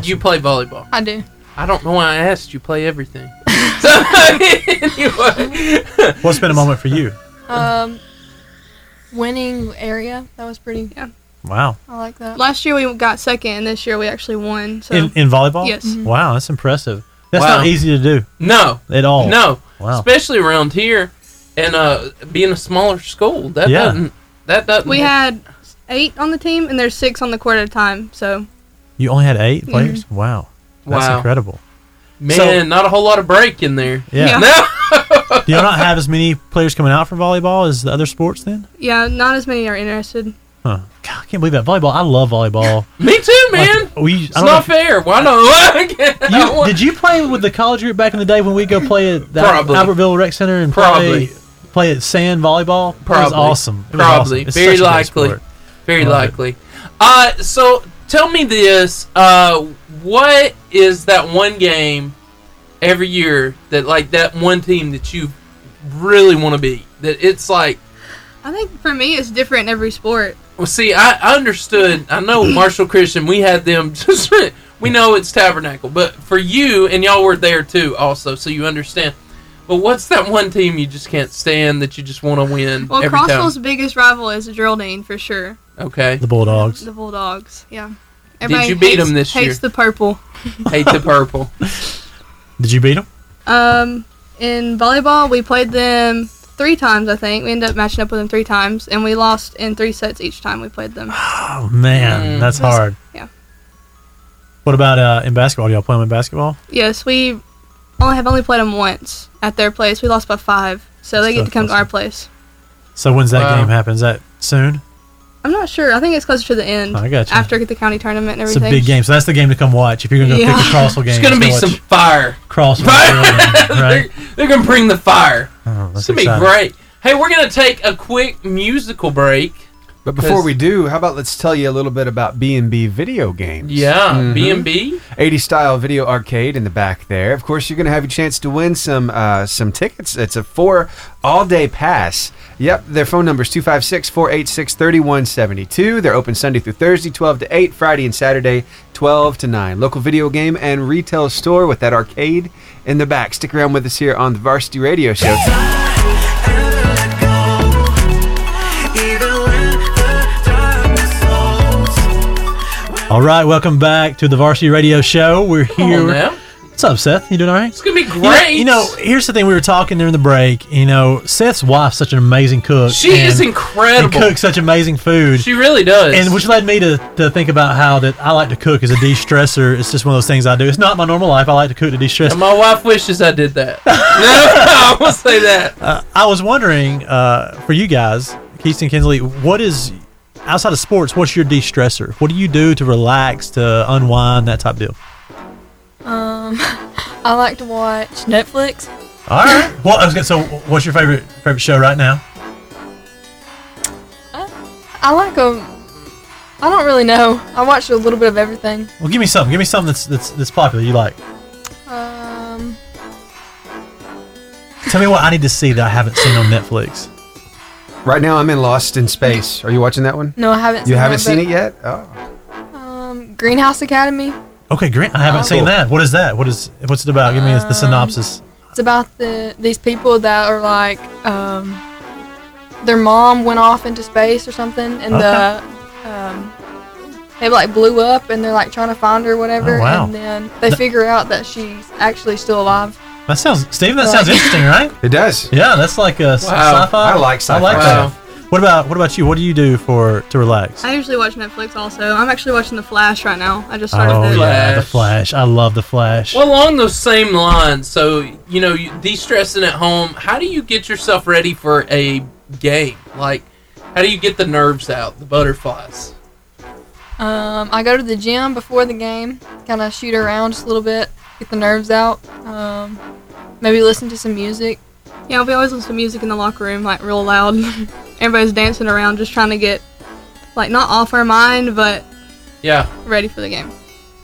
Speaker 9: You play volleyball.
Speaker 20: I do.
Speaker 9: I don't know why I asked. You play everything. so anyway,
Speaker 10: What's been a moment for you?
Speaker 20: um, winning area. That was pretty.
Speaker 8: Yeah.
Speaker 10: Wow,
Speaker 20: I like that.
Speaker 8: Last year we got second, and this year we actually won. So
Speaker 10: in in volleyball?
Speaker 8: Yes.
Speaker 20: Mm-hmm.
Speaker 10: Wow, that's impressive. That's
Speaker 9: Wow.
Speaker 10: not easy to do.
Speaker 9: No.
Speaker 10: at all.
Speaker 9: No.
Speaker 10: Oh, Wow.
Speaker 9: Especially around here, and uh, being a smaller school, that
Speaker 10: Yeah.
Speaker 9: doesn't. That doesn't.
Speaker 8: We had eight on the team, and there's six on the court at a time. So Mm-hmm.
Speaker 10: You only had eight players. Wow, that's
Speaker 9: Wow.
Speaker 10: incredible.
Speaker 9: man,
Speaker 10: So-
Speaker 9: not a whole lot of break in there.
Speaker 10: Yeah.
Speaker 9: No.
Speaker 10: Do you not have as many players coming out from volleyball as the other sports then?
Speaker 8: yeah, not as many are interested.
Speaker 10: Huh. God, I can't believe that volleyball. I love volleyball.
Speaker 9: Me too, man.
Speaker 10: we.
Speaker 9: it's
Speaker 10: I don't know
Speaker 9: not
Speaker 10: if-
Speaker 9: fair. Why not?
Speaker 10: You- did you play with the college group back in the day when we go play at the Al-
Speaker 9: Probably.
Speaker 10: Albertville Rec Center and
Speaker 9: Probably.
Speaker 10: play, play at sand volleyball? It was
Speaker 9: Probably.
Speaker 10: awesome. It was
Speaker 9: Probably.
Speaker 10: awesome. It's
Speaker 9: Very
Speaker 10: such a great
Speaker 9: likely.
Speaker 10: sport.
Speaker 9: Very
Speaker 10: Love it.
Speaker 9: likely. Uh, so tell me this: uh, what is that one game every year that like that one team that you really want to be? That it's like,
Speaker 21: I think for me, it's different in every sport.
Speaker 9: well, see, I, I understood. I know Marshall Christian. We had them. Just, we know it's Tabernacle, but for you and y'all were there too, also, so you understand. But what's that one team you just can't stand that you just want to win
Speaker 21: Well,
Speaker 9: every
Speaker 21: Crossville's
Speaker 9: time?
Speaker 21: biggest rival is Geraldine for sure.
Speaker 9: Okay,
Speaker 10: the Bulldogs.
Speaker 21: The Bulldogs, yeah.
Speaker 9: Did you beat
Speaker 21: hates,
Speaker 9: 'em this year?
Speaker 21: Hates the purple.
Speaker 9: Hate the purple.
Speaker 10: Did you beat them?
Speaker 21: Um, in volleyball, we played them three times. I think we ended up matching up with them three times, and we lost in three sets each time we played them.
Speaker 10: Oh
Speaker 9: Mm.
Speaker 10: man, that's
Speaker 21: It was-
Speaker 10: hard.
Speaker 21: Yeah.
Speaker 10: What about uh, in basketball? Do y'all play them in basketball?
Speaker 21: Yes, we only have only played them once at their place. We lost by five, so they get to come to our place.
Speaker 10: So when's that
Speaker 9: Wow.
Speaker 10: game happen? Is that soon?
Speaker 21: I'm not sure. I think it's closer to the end.
Speaker 10: I gotcha.
Speaker 21: After the county tournament and
Speaker 10: It's a
Speaker 21: everything.
Speaker 10: big game. So that's the game to come watch. If you're gonna go
Speaker 21: Yeah.
Speaker 10: pick a Crossville game,
Speaker 9: It's gonna
Speaker 10: to
Speaker 9: be
Speaker 10: watch
Speaker 9: some fire.
Speaker 10: Crossville, right?
Speaker 9: They're gonna bring the fire.
Speaker 10: Oh,
Speaker 9: It's
Speaker 10: that's
Speaker 9: gonna
Speaker 10: exciting.
Speaker 9: be great. Hey, we're gonna take a quick musical break.
Speaker 6: But before we do, how about let's tell you a little bit about B&B video games?
Speaker 10: Mm-hmm.
Speaker 9: Yeah, B&B?
Speaker 6: 80 style video arcade in the back there. Of course, you're going to have a chance to win some uh, some tickets. It's a four all day pass. Yep, their phone number is 256 486 3172. They're open Sunday through Thursday, 12 to 8, Friday and Saturday, 12 to 9. Local video game and retail store with that arcade in the back. Stick around with us here on the Varsity Radio Show.
Speaker 10: All right, welcome back to the Varsity Radio Show. We're
Speaker 9: on
Speaker 10: here.
Speaker 9: now.
Speaker 10: What's up, Seth? You doing all right?
Speaker 9: It's gonna be
Speaker 10: You know-
Speaker 9: great.
Speaker 10: You know, here's the thing. We were talking during the break. You know, Seth's wife's such an amazing cook.
Speaker 9: She is incredible.
Speaker 10: And cooks such amazing food.
Speaker 9: she really does.
Speaker 10: and which led me to, to think about how that I like to cook as a de-stressor. It's just one of those things I do. It's not my normal life. I like to cook to de-stress.
Speaker 9: And my wife wishes I did that. no, I will say that.
Speaker 10: Uh, I was wondering uh, for you guys, Keith and Kinsley, what is outside of sports? What's your de-stressor? What do you do to relax, to unwind, that type deal?
Speaker 4: Um, I like to watch Netflix.
Speaker 10: All right. well, I was gonna, so, what's your favorite favorite show right now?
Speaker 4: Uh, I like them. I don't really know. I watched a little bit of everything.
Speaker 10: Well, give me something. Give me something that's that's, that's popular you like.
Speaker 4: Um,
Speaker 10: Tell me what I need to see that I haven't seen on Netflix.
Speaker 6: Right now, I'm in Lost in Space. Are you watching that one?
Speaker 4: No, I haven't
Speaker 6: You
Speaker 4: seen
Speaker 6: haven't
Speaker 4: that,
Speaker 6: seen
Speaker 4: but-
Speaker 6: it yet? Oh.
Speaker 4: um, Greenhouse Academy.
Speaker 10: Okay, Grant, I haven't
Speaker 4: Oh.
Speaker 10: seen that. What is that? What is what's it about? Give me the synopsis.
Speaker 4: Um, It's about the these people that are like, um, their mom went off into space or something, and the, um, they like blew up, and they're like trying to find her, or whatever,
Speaker 10: Oh, wow.
Speaker 4: and then they
Speaker 10: Th-
Speaker 4: figure out that she's actually still alive.
Speaker 10: That sounds, Steve. That
Speaker 4: Like-
Speaker 10: sounds interesting, right?
Speaker 6: It does.
Speaker 10: Yeah, that's like a s-
Speaker 6: Wow.
Speaker 10: sci-fi.
Speaker 6: I like
Speaker 10: I like
Speaker 6: sci-fi
Speaker 10: that. What about what about you? What do you do for to relax?
Speaker 21: I usually watch Netflix. Also, I'm actually watching The Flash right now. I just started
Speaker 10: oh
Speaker 21: it.
Speaker 10: yeah, the Flash. I love the Flash.
Speaker 9: Well, along those same lines, so you know, you- de-stressing at home. How do you get yourself ready for a game? Like, how do you get the nerves out, the butterflies?
Speaker 4: Um, I go to the gym before the game, kind of shoot around just a little bit, get the nerves out. Um, maybe listen to some music.
Speaker 21: Yeah, we always listen to music in the locker room, like real loud. Everybody's dancing around, just trying to get, like, not off our mind, but
Speaker 9: Yeah,
Speaker 21: ready for the game.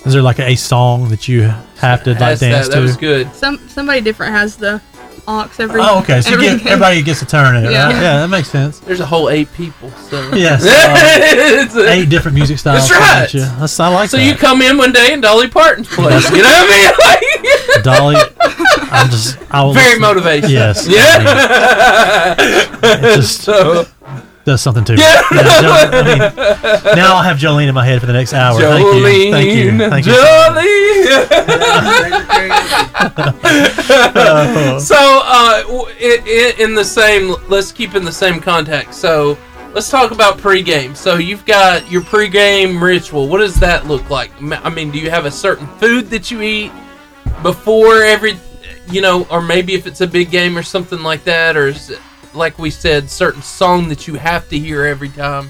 Speaker 10: Is there like a song that you have to like
Speaker 9: That's that-
Speaker 10: dance
Speaker 9: that
Speaker 10: to?
Speaker 9: was good.
Speaker 21: Some somebody different has the aux every.
Speaker 10: Oh, okay. So you
Speaker 21: every
Speaker 10: get,
Speaker 21: game.
Speaker 10: everybody gets a turn in it,
Speaker 21: Yeah.
Speaker 10: right? Yeah, that makes sense.
Speaker 9: There's a whole eight people. So
Speaker 10: Yes.
Speaker 9: It's
Speaker 10: uh,
Speaker 9: a-
Speaker 10: eight different music styles.
Speaker 9: That's right.
Speaker 10: coming at you. That's, I like
Speaker 9: so
Speaker 10: that.
Speaker 9: you come in one day and Dolly Parton's place. you know what I mean?
Speaker 10: Dolly, I'm just I will
Speaker 9: Very
Speaker 10: listen-
Speaker 9: motivational.
Speaker 10: Yes.
Speaker 9: Yeah.
Speaker 10: It just does something to me.
Speaker 9: Yeah.
Speaker 10: Yeah, Jo- I mean, now I'll have Jolene in my head for the next hour. Thank you. Thank you. Thank you.
Speaker 9: Jolene. so, uh, w- i- i- in the same, let's keep in the same context. So, let's talk about pregame. So, you've got your pregame ritual. What does that look like? M- I mean, do you have a certain food that you eat before every, you know, or maybe if it's a big game or something like that, or is it, like we said, certain song that you have to hear every time,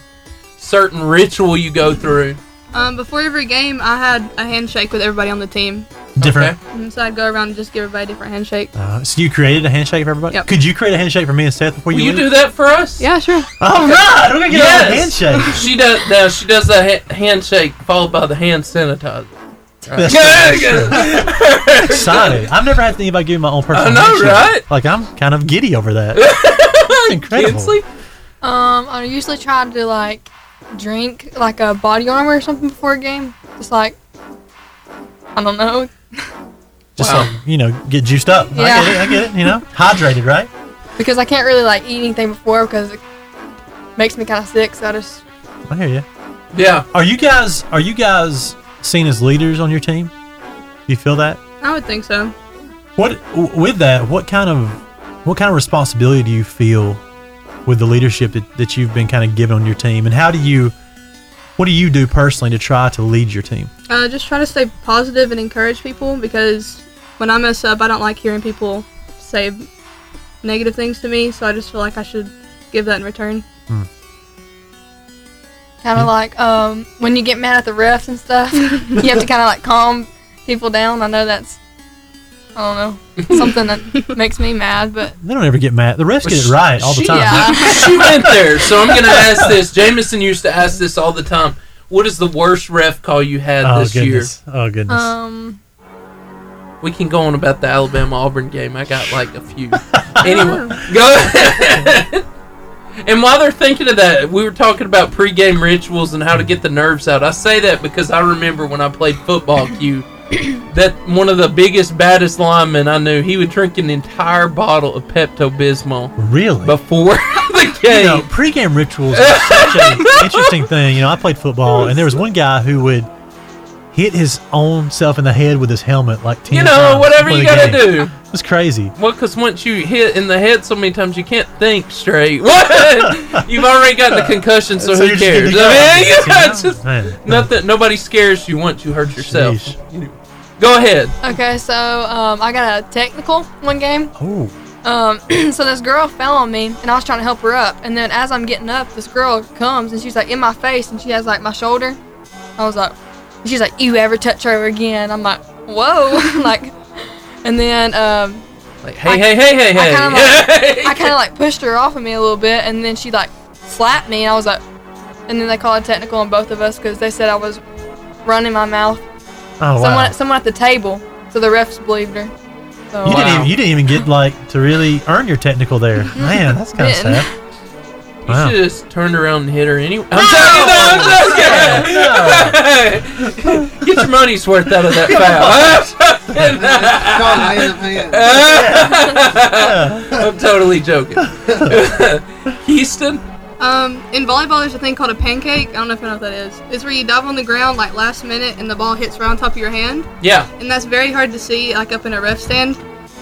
Speaker 9: certain ritual you go through.
Speaker 21: Um, before every game, I had a handshake with everybody on the team.
Speaker 8: Different.
Speaker 10: And so I'd go around and just give everybody a different handshake.
Speaker 8: Uh, so you created a handshake for everybody.
Speaker 10: Yep.
Speaker 8: Could you create a handshake for me and Seth before
Speaker 9: Will
Speaker 8: you?
Speaker 9: you
Speaker 8: leave?
Speaker 9: do that for us?
Speaker 10: Yeah, sure.
Speaker 8: All right, Oh, we're gonna get all the
Speaker 9: Yes.
Speaker 8: handshake.
Speaker 9: She does now. She does the ha- handshake followed by the hand sanitizer.
Speaker 8: That's true, Excited. I've never had to think about giving my own personal.
Speaker 9: I know,
Speaker 8: handshake.
Speaker 9: right?
Speaker 8: Like I'm kind of giddy over that. Incredible.
Speaker 22: Um, I usually try to like drink like a body armor or something before a game. Just like I don't know.
Speaker 8: Just like you know, get juiced up. I get it. I get it. You know, hydrated, right?
Speaker 22: Because I can't really like eat anything before because it makes me kind of sick. So I just
Speaker 8: I hear you.
Speaker 9: Yeah.
Speaker 8: Are you guys? Are you guys seen as leaders on your team? Do you feel that?
Speaker 10: I would think so.
Speaker 8: What w- with that? What kind of what kind of responsibility do you feel with the leadership that, that you've been kind of given on your team, and how do you? What do you do personally to try to lead your team?
Speaker 10: Uh, just try to stay positive and encourage people because when I mess up, I don't like hearing people say negative things to me. So I just feel like I should give that in return.
Speaker 8: Hmm.
Speaker 22: kind of like um when you get mad at the refs and stuff, you have to kind of like calm people down. I know that's I don't know something that makes me mad, but
Speaker 8: They don't ever get mad. The refs get it
Speaker 9: she-
Speaker 8: right all the
Speaker 9: she-
Speaker 8: time.
Speaker 22: yeah.
Speaker 9: she went there, so I'm gonna ask this. Jameson used to ask this all the time. What is the worst ref call you had
Speaker 8: Oh
Speaker 9: this
Speaker 8: goodness! Oh goodness!
Speaker 10: Uh,
Speaker 22: um
Speaker 9: year? We can go on about the Alabama Auburn game. I got like a few. anyway, go ahead. And while they're thinking of that, we were talking about pregame rituals and how to get the nerves out. I say that because I remember when I played football, Q, that one of the biggest, baddest linemen I knew, he would drink an entire bottle of Pepto Bismol
Speaker 8: really
Speaker 9: before the game.
Speaker 8: You know, pregame rituals are such an interesting thing. You know, I played football, and there was one guy who would hit his own self in the head with his helmet like ten.
Speaker 9: You know,
Speaker 8: times
Speaker 9: whatever
Speaker 8: before
Speaker 9: you
Speaker 8: uh,
Speaker 9: gotta
Speaker 8: the game.
Speaker 9: do.
Speaker 8: It was crazy.
Speaker 9: Well, because once you hit in the head so many times, you can't think straight. What? You've already gotten the concussion, so, who
Speaker 8: So you're just
Speaker 9: cares?
Speaker 8: good to go.
Speaker 9: I mean,
Speaker 8: You
Speaker 9: yeah,
Speaker 8: know?
Speaker 9: it's just
Speaker 8: Man.
Speaker 9: nothing. Nobody scares you once you hurt yourself. Go ahead.
Speaker 22: okay. So um I got a technical one game.
Speaker 8: Oh.
Speaker 22: Um, so this girl fell on me, and I was trying to help her up. And then as I'm getting up, this girl comes, and she's like in my face, and she has like my shoulder. I was like, and she's like, "You ever touch her again?" I'm like, "Whoa!" like, and then um,
Speaker 9: Like, hey, hey, hey, hey,
Speaker 22: I
Speaker 9: hey.
Speaker 22: kind of like, I kinda, like, pushed her off of me a little bit, and then she like slapped me, and I was like, and then they called a technical on both of us because they said I was running my mouth.
Speaker 8: Oh
Speaker 22: someone,
Speaker 8: wow!
Speaker 22: someone at the table, so the refs believed her. So,
Speaker 8: You didn't even you didn't even get like to really earn your technical there. Man, that's kind of
Speaker 22: Didn't.
Speaker 8: sad.
Speaker 9: You
Speaker 8: Wow.
Speaker 9: should have just turned around and hit her anyway. I'm telling you, no, I'm just kidding. Get your money's worth out of that foul. Uh, I'm totally joking. Houston,
Speaker 10: Um, in volleyball, there's a thing called a pancake. I don't know if you know what that is. It's where you dive on the ground like last minute, and the ball hits right on top of your hand,
Speaker 9: yeah.
Speaker 10: and that's very hard to see like up in a ref stand.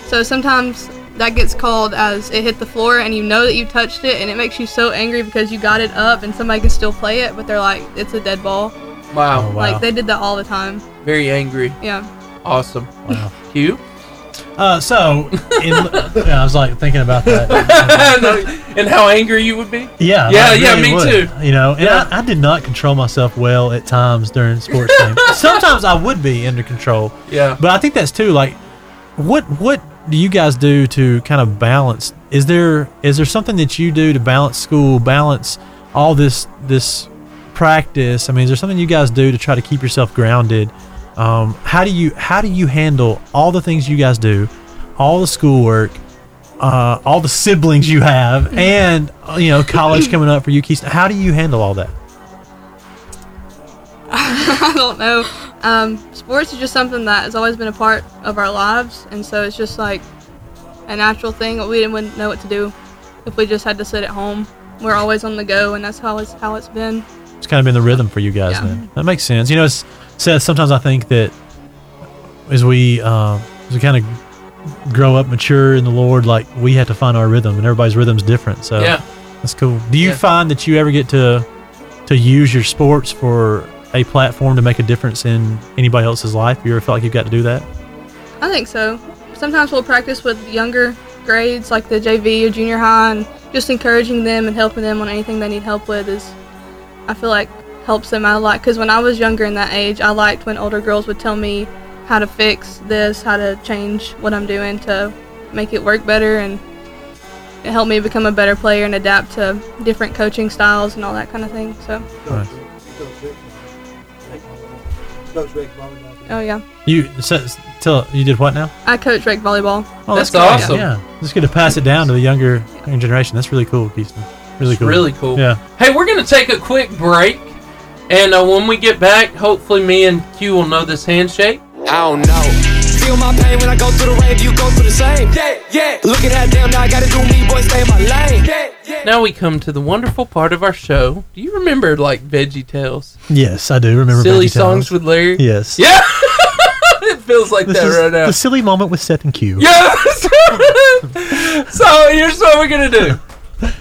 Speaker 10: So sometimes that gets called as it hit the floor, and you know that you touched it, and it makes you so angry because you got it up, and somebody can still play it, but they're like, it's a dead ball.
Speaker 8: Oh,
Speaker 9: Wow.
Speaker 10: Like they did that all the time.
Speaker 9: Very angry.
Speaker 10: Yeah.
Speaker 9: Awesome.
Speaker 8: Wow.
Speaker 9: Hugh?
Speaker 8: Uh, so, in, yeah, I was like thinking about that.
Speaker 9: and how angry you would be?
Speaker 8: Yeah.
Speaker 9: Yeah,
Speaker 8: I
Speaker 9: yeah,
Speaker 8: really
Speaker 9: me
Speaker 8: would,
Speaker 9: too.
Speaker 8: You know, and I, I did not control myself well at times during sports games. Sometimes I would be under control.
Speaker 9: Yeah.
Speaker 8: But I think that's too like what what do you guys do to kind of balance is there is there something that you do to balance school, balance all this this practice? I mean, is there something you guys do to try to keep yourself grounded? Um, how do you how do you handle all the things you guys do, all the schoolwork, uh, all the siblings you have, and uh, you know college coming up for you, Keith. How do you handle all that?
Speaker 10: I don't know. Um, sports is just something that has always been a part of our lives, and so it's just like a natural thing. We didn't- wouldn't know what to do if we just had to sit at home. We're always on the go, and that's how it's how it's been.
Speaker 8: It's kind of been the rhythm for you guys then. That makes sense. You know, it's, Seth. Sometimes I think that as we uh, as we kind of grow up, mature in the Lord, like we have to find our rhythm, and everybody's rhythm's different. So
Speaker 9: Yeah.
Speaker 8: that's cool. Do you find that you ever get to to use your sports for a platform to make a difference in anybody else's life? You ever felt like you've got to do that?
Speaker 10: I think so. Sometimes we'll practice with younger grades, like the JV or junior high, and just encouraging them and helping them on anything they need help with is, I feel like, helps them out a lot. Because when I was younger in that age, I liked when older girls would tell me how to fix this, how to change what I'm doing to make it work better, and it helped me become a better player and adapt to different coaching styles and all that kind of thing. So,
Speaker 4: Coach Rick volleyball.
Speaker 10: oh yeah,
Speaker 8: You so, tell you did what now? Oh,
Speaker 10: I coach rec volleyball.
Speaker 8: good. Yeah, just going to pass it down to the younger, younger generation. That's really cool, Keystone. Really
Speaker 9: It's
Speaker 8: cool.
Speaker 9: really cool.
Speaker 8: Yeah.
Speaker 9: Hey, we're gonna take a quick break, and uh, when we get back, hopefully me and Q will know this handshake.
Speaker 23: Oh no. Feel my pain when I go through the rave, you go through the same. Yeah, yeah. Looking at them now, I gotta do me, boy, stay in my lane. Yeah, yeah.
Speaker 9: Now we come to the wonderful part of our show. Do you remember like Veggie Tales?
Speaker 8: Yes, I do remember.
Speaker 9: Silly
Speaker 8: Veggie Tales.
Speaker 9: songs with Larry.
Speaker 8: Yes.
Speaker 9: Yeah. it feels like
Speaker 8: This
Speaker 9: that
Speaker 8: is
Speaker 9: right now.
Speaker 8: the silly moment with Seth and Q.
Speaker 9: Yes. so here's what we're gonna do.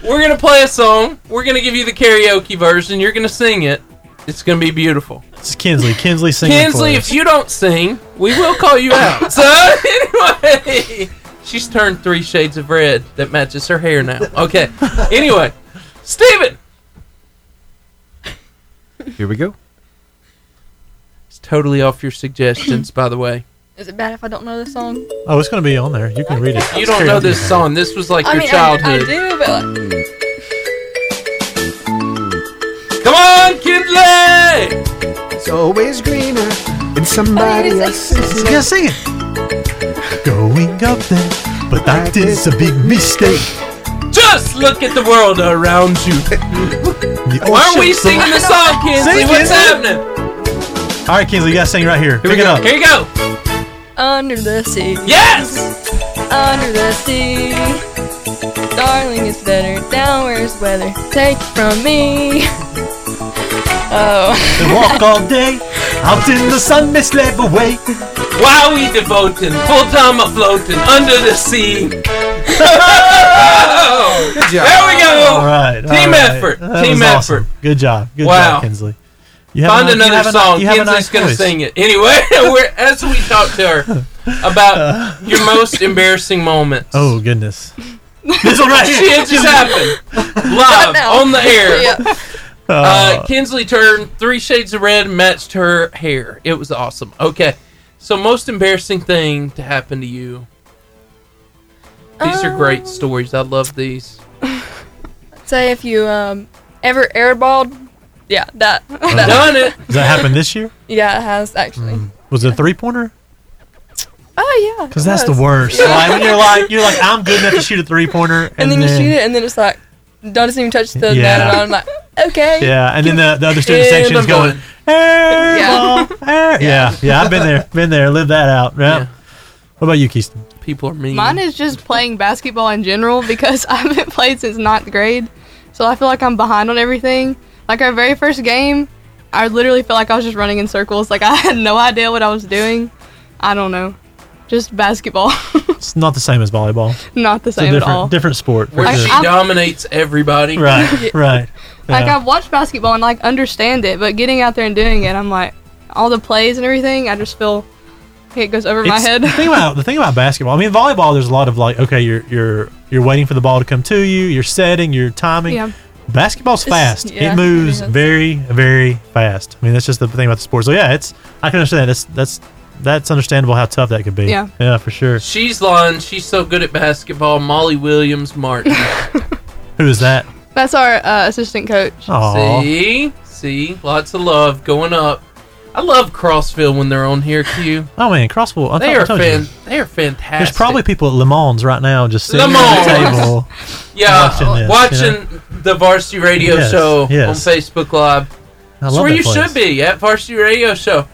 Speaker 9: We're gonna play a song. We're gonna give you the karaoke version. You're gonna sing it. It's gonna be beautiful.
Speaker 8: This is Kinsley. Kinsley singing.
Speaker 9: Kinsley,
Speaker 8: for
Speaker 9: if
Speaker 8: us.
Speaker 9: you don't sing, we will call you out. so anyway, she's turned three shades of red that matches her hair now. Okay. Anyway, Steven.
Speaker 6: Here we go.
Speaker 9: It's totally off your suggestions, by the way.
Speaker 22: Is it bad if I don't know this song?
Speaker 8: oh, it's going to be on there. You can read it.
Speaker 9: You don't know this song. This was like
Speaker 22: I
Speaker 9: your
Speaker 22: mean, I- I,
Speaker 9: childhood.
Speaker 22: do, but like,
Speaker 9: Come on, Kinsley!
Speaker 6: It's always greener in somebody else's.
Speaker 8: You gotta sing it. Going up there, but that is a big mistake.
Speaker 9: Just look at the world around you. Why are we singing the song, Kinsley?
Speaker 8: oh, Sing,
Speaker 9: What's
Speaker 8: Kinsley.
Speaker 9: happening?
Speaker 8: All right, Kinsley, you gotta sing right here. Pick it up.
Speaker 9: Here you go.
Speaker 22: under the sea.
Speaker 9: Yes!
Speaker 22: Under the sea. Darling, it's better. Down where's weather. Take it from me. Oh.
Speaker 8: And walk all day, out in the sun, misled away.
Speaker 9: Why we devoting, full time afloating, under the sea. Good
Speaker 6: job.
Speaker 9: There we go.
Speaker 8: All right. all
Speaker 9: Oh, Team
Speaker 8: right.
Speaker 9: effort.
Speaker 8: That
Speaker 9: Team
Speaker 8: was awesome.
Speaker 9: effort.
Speaker 8: Good job. Good
Speaker 9: Wow.
Speaker 8: job, Kinsley.
Speaker 9: Find
Speaker 8: a ni-
Speaker 9: another
Speaker 8: have a ni-
Speaker 9: song.
Speaker 8: you have a
Speaker 9: Kinsley's
Speaker 8: nice
Speaker 9: gonna
Speaker 8: voice.
Speaker 9: sing it. Anyway, we're, as we talk to her about your most embarrassing moments.
Speaker 8: Oh goodness. This one right here.
Speaker 9: Shit just happened. Live
Speaker 22: now.
Speaker 9: on the air.
Speaker 22: Yeah.
Speaker 9: Uh, Kinsley turned three shades of red, matched her hair. It was awesome. Okay, so most embarrassing thing to happen to you. These are great stories. I love these.
Speaker 22: Say if you um ever airballed. Yeah, that. that.
Speaker 9: Done it.
Speaker 8: Does that happen this year?
Speaker 22: Yeah, it has actually.
Speaker 9: Mm.
Speaker 8: Was it a three pointer?
Speaker 22: Oh yeah.
Speaker 8: Because
Speaker 22: it
Speaker 8: that's the
Speaker 22: was.
Speaker 8: worst.
Speaker 22: Yeah.
Speaker 8: Like when you're like you're like I'm good enough to shoot a three pointer,
Speaker 22: And, then, you shoot it, and then it's like, don't even touch the net,
Speaker 8: Yeah.
Speaker 22: and I'm like, okay.
Speaker 8: Yeah, and then the, the other student
Speaker 22: And
Speaker 8: section is
Speaker 22: I'm
Speaker 8: going.
Speaker 22: Yeah.
Speaker 8: "Airball, air-" Yeah, yeah, I've been there, been there, lived that out. Yeah. What about you, Keyston?
Speaker 9: People are mean.
Speaker 10: Mine is just playing basketball in general because I haven't played since ninth grade. So I feel like I'm behind on everything. Like our very first game, I literally felt like I was just running in circles. Like I had no idea what I was doing. I don't know. Just basketball.
Speaker 8: It's not the same as volleyball.
Speaker 10: Not the
Speaker 8: It's a
Speaker 10: same at
Speaker 8: different,
Speaker 10: all.
Speaker 8: Different sport. for
Speaker 9: Where
Speaker 8: sure.
Speaker 9: she dominates everybody.
Speaker 8: Right, right.
Speaker 10: Like
Speaker 8: Yeah.
Speaker 10: I've watched basketball and like understand it, but getting out there and doing it, I'm like all the plays and everything, I just feel it goes over my
Speaker 8: It's-
Speaker 10: head.
Speaker 8: The thing about the thing about basketball, I mean, volleyball. There's a lot of like, okay, you're you're you're waiting for the ball to come to you. You're setting. You're timing.
Speaker 10: Yeah.
Speaker 8: Basketball's fast.
Speaker 10: yeah,
Speaker 8: it
Speaker 10: it
Speaker 8: moves very very fast. I mean, that's just the thing about the sport. So yeah, it's I can understand that. That's that's that's understandable how tough that could be.
Speaker 9: Yeah.
Speaker 8: Yeah, for sure.
Speaker 9: She's lying. She's so good at basketball. Molly Williams Martin.
Speaker 8: Who is that?
Speaker 10: That's our uh, assistant coach.
Speaker 8: Aw.
Speaker 9: See, see, lots of love going up. I love Crossville when they're on here. Q.
Speaker 8: Oh man, Crossville. I
Speaker 9: They
Speaker 8: told- I
Speaker 9: are
Speaker 8: told you.
Speaker 9: fan. They are
Speaker 8: There's
Speaker 9: fantastic.
Speaker 8: probably people at Le Mans right now just sitting
Speaker 9: Le
Speaker 8: at the
Speaker 9: Mans.
Speaker 8: table.
Speaker 9: Yeah, uh,
Speaker 8: watching this, you know?
Speaker 9: watching the Varsity Radio
Speaker 8: Yes,
Speaker 9: Show
Speaker 8: yes.
Speaker 9: on Facebook Live.
Speaker 8: I
Speaker 9: That's
Speaker 8: love
Speaker 9: where
Speaker 8: that
Speaker 9: you
Speaker 8: place.
Speaker 9: should be at Varsity Radio Show.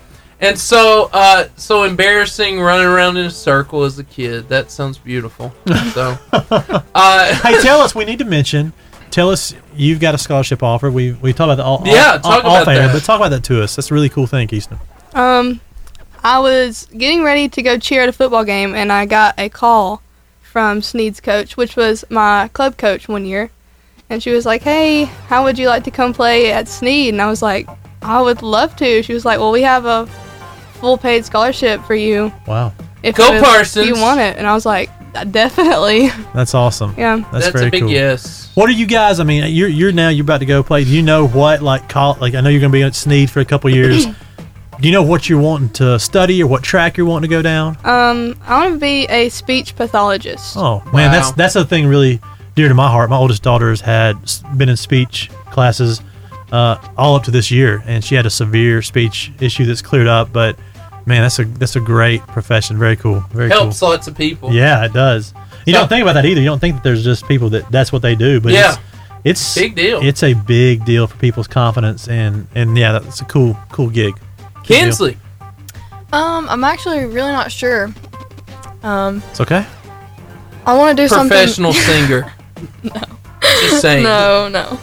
Speaker 9: And so, uh, so embarrassing running around in a circle as a kid. That sounds beautiful. So, uh,
Speaker 8: hey, tell us. We need to mention. Tell us you've got a scholarship offer. We we talk about the all,
Speaker 9: Yeah,
Speaker 8: all-
Speaker 9: talk
Speaker 8: all- off
Speaker 9: about
Speaker 8: air,
Speaker 9: that.
Speaker 8: but talk about that to us. That's a really cool thing, Keystone.
Speaker 10: Um, I was getting ready to go cheer at a football game, and I got a call from Sneed's coach, which was my club coach one year. And she was like, "Hey, how would you like to come play at Sneed?" And I was like, "I would love to." She was like, "Well, we have a full-paid scholarship for you
Speaker 8: Wow,
Speaker 10: if
Speaker 9: Go
Speaker 10: you, if
Speaker 9: Parsons.
Speaker 10: you want it." And I was like, "Definitely."
Speaker 8: that's awesome.
Speaker 10: Yeah.
Speaker 8: that's,
Speaker 9: That's a
Speaker 8: very
Speaker 9: big
Speaker 8: cool.
Speaker 9: yes.
Speaker 8: What are you guys? I mean, you're you're now you're about to go play. Do you know what like call like? I know you're going to be at Sneed for a couple years. Do you know what you're wanting to study or what track you're wanting to go down?
Speaker 10: Um, I want to be a speech pathologist.
Speaker 8: Oh man, that's that's a thing really dear to my heart. My oldest daughter has had s- been in speech classes uh, all up to this year, and she had a severe speech issue that's cleared up. But man, that's a that's a great profession. Very cool. Very
Speaker 9: Helps
Speaker 8: cool.
Speaker 9: lots of people.
Speaker 8: Yeah, it does. You don't think about that either. You don't think that there's just people that that's what they do. But
Speaker 9: Yeah.
Speaker 8: it's, it's
Speaker 9: Big deal.
Speaker 8: It's a big deal for people's confidence, and and yeah, that's a cool cool gig. Cool deal.
Speaker 9: Kinsley.
Speaker 22: Um, I'm actually really not sure. Um,
Speaker 8: It's okay.
Speaker 22: I want to do something.
Speaker 9: Professional singer. no. Just saying.
Speaker 22: No, no.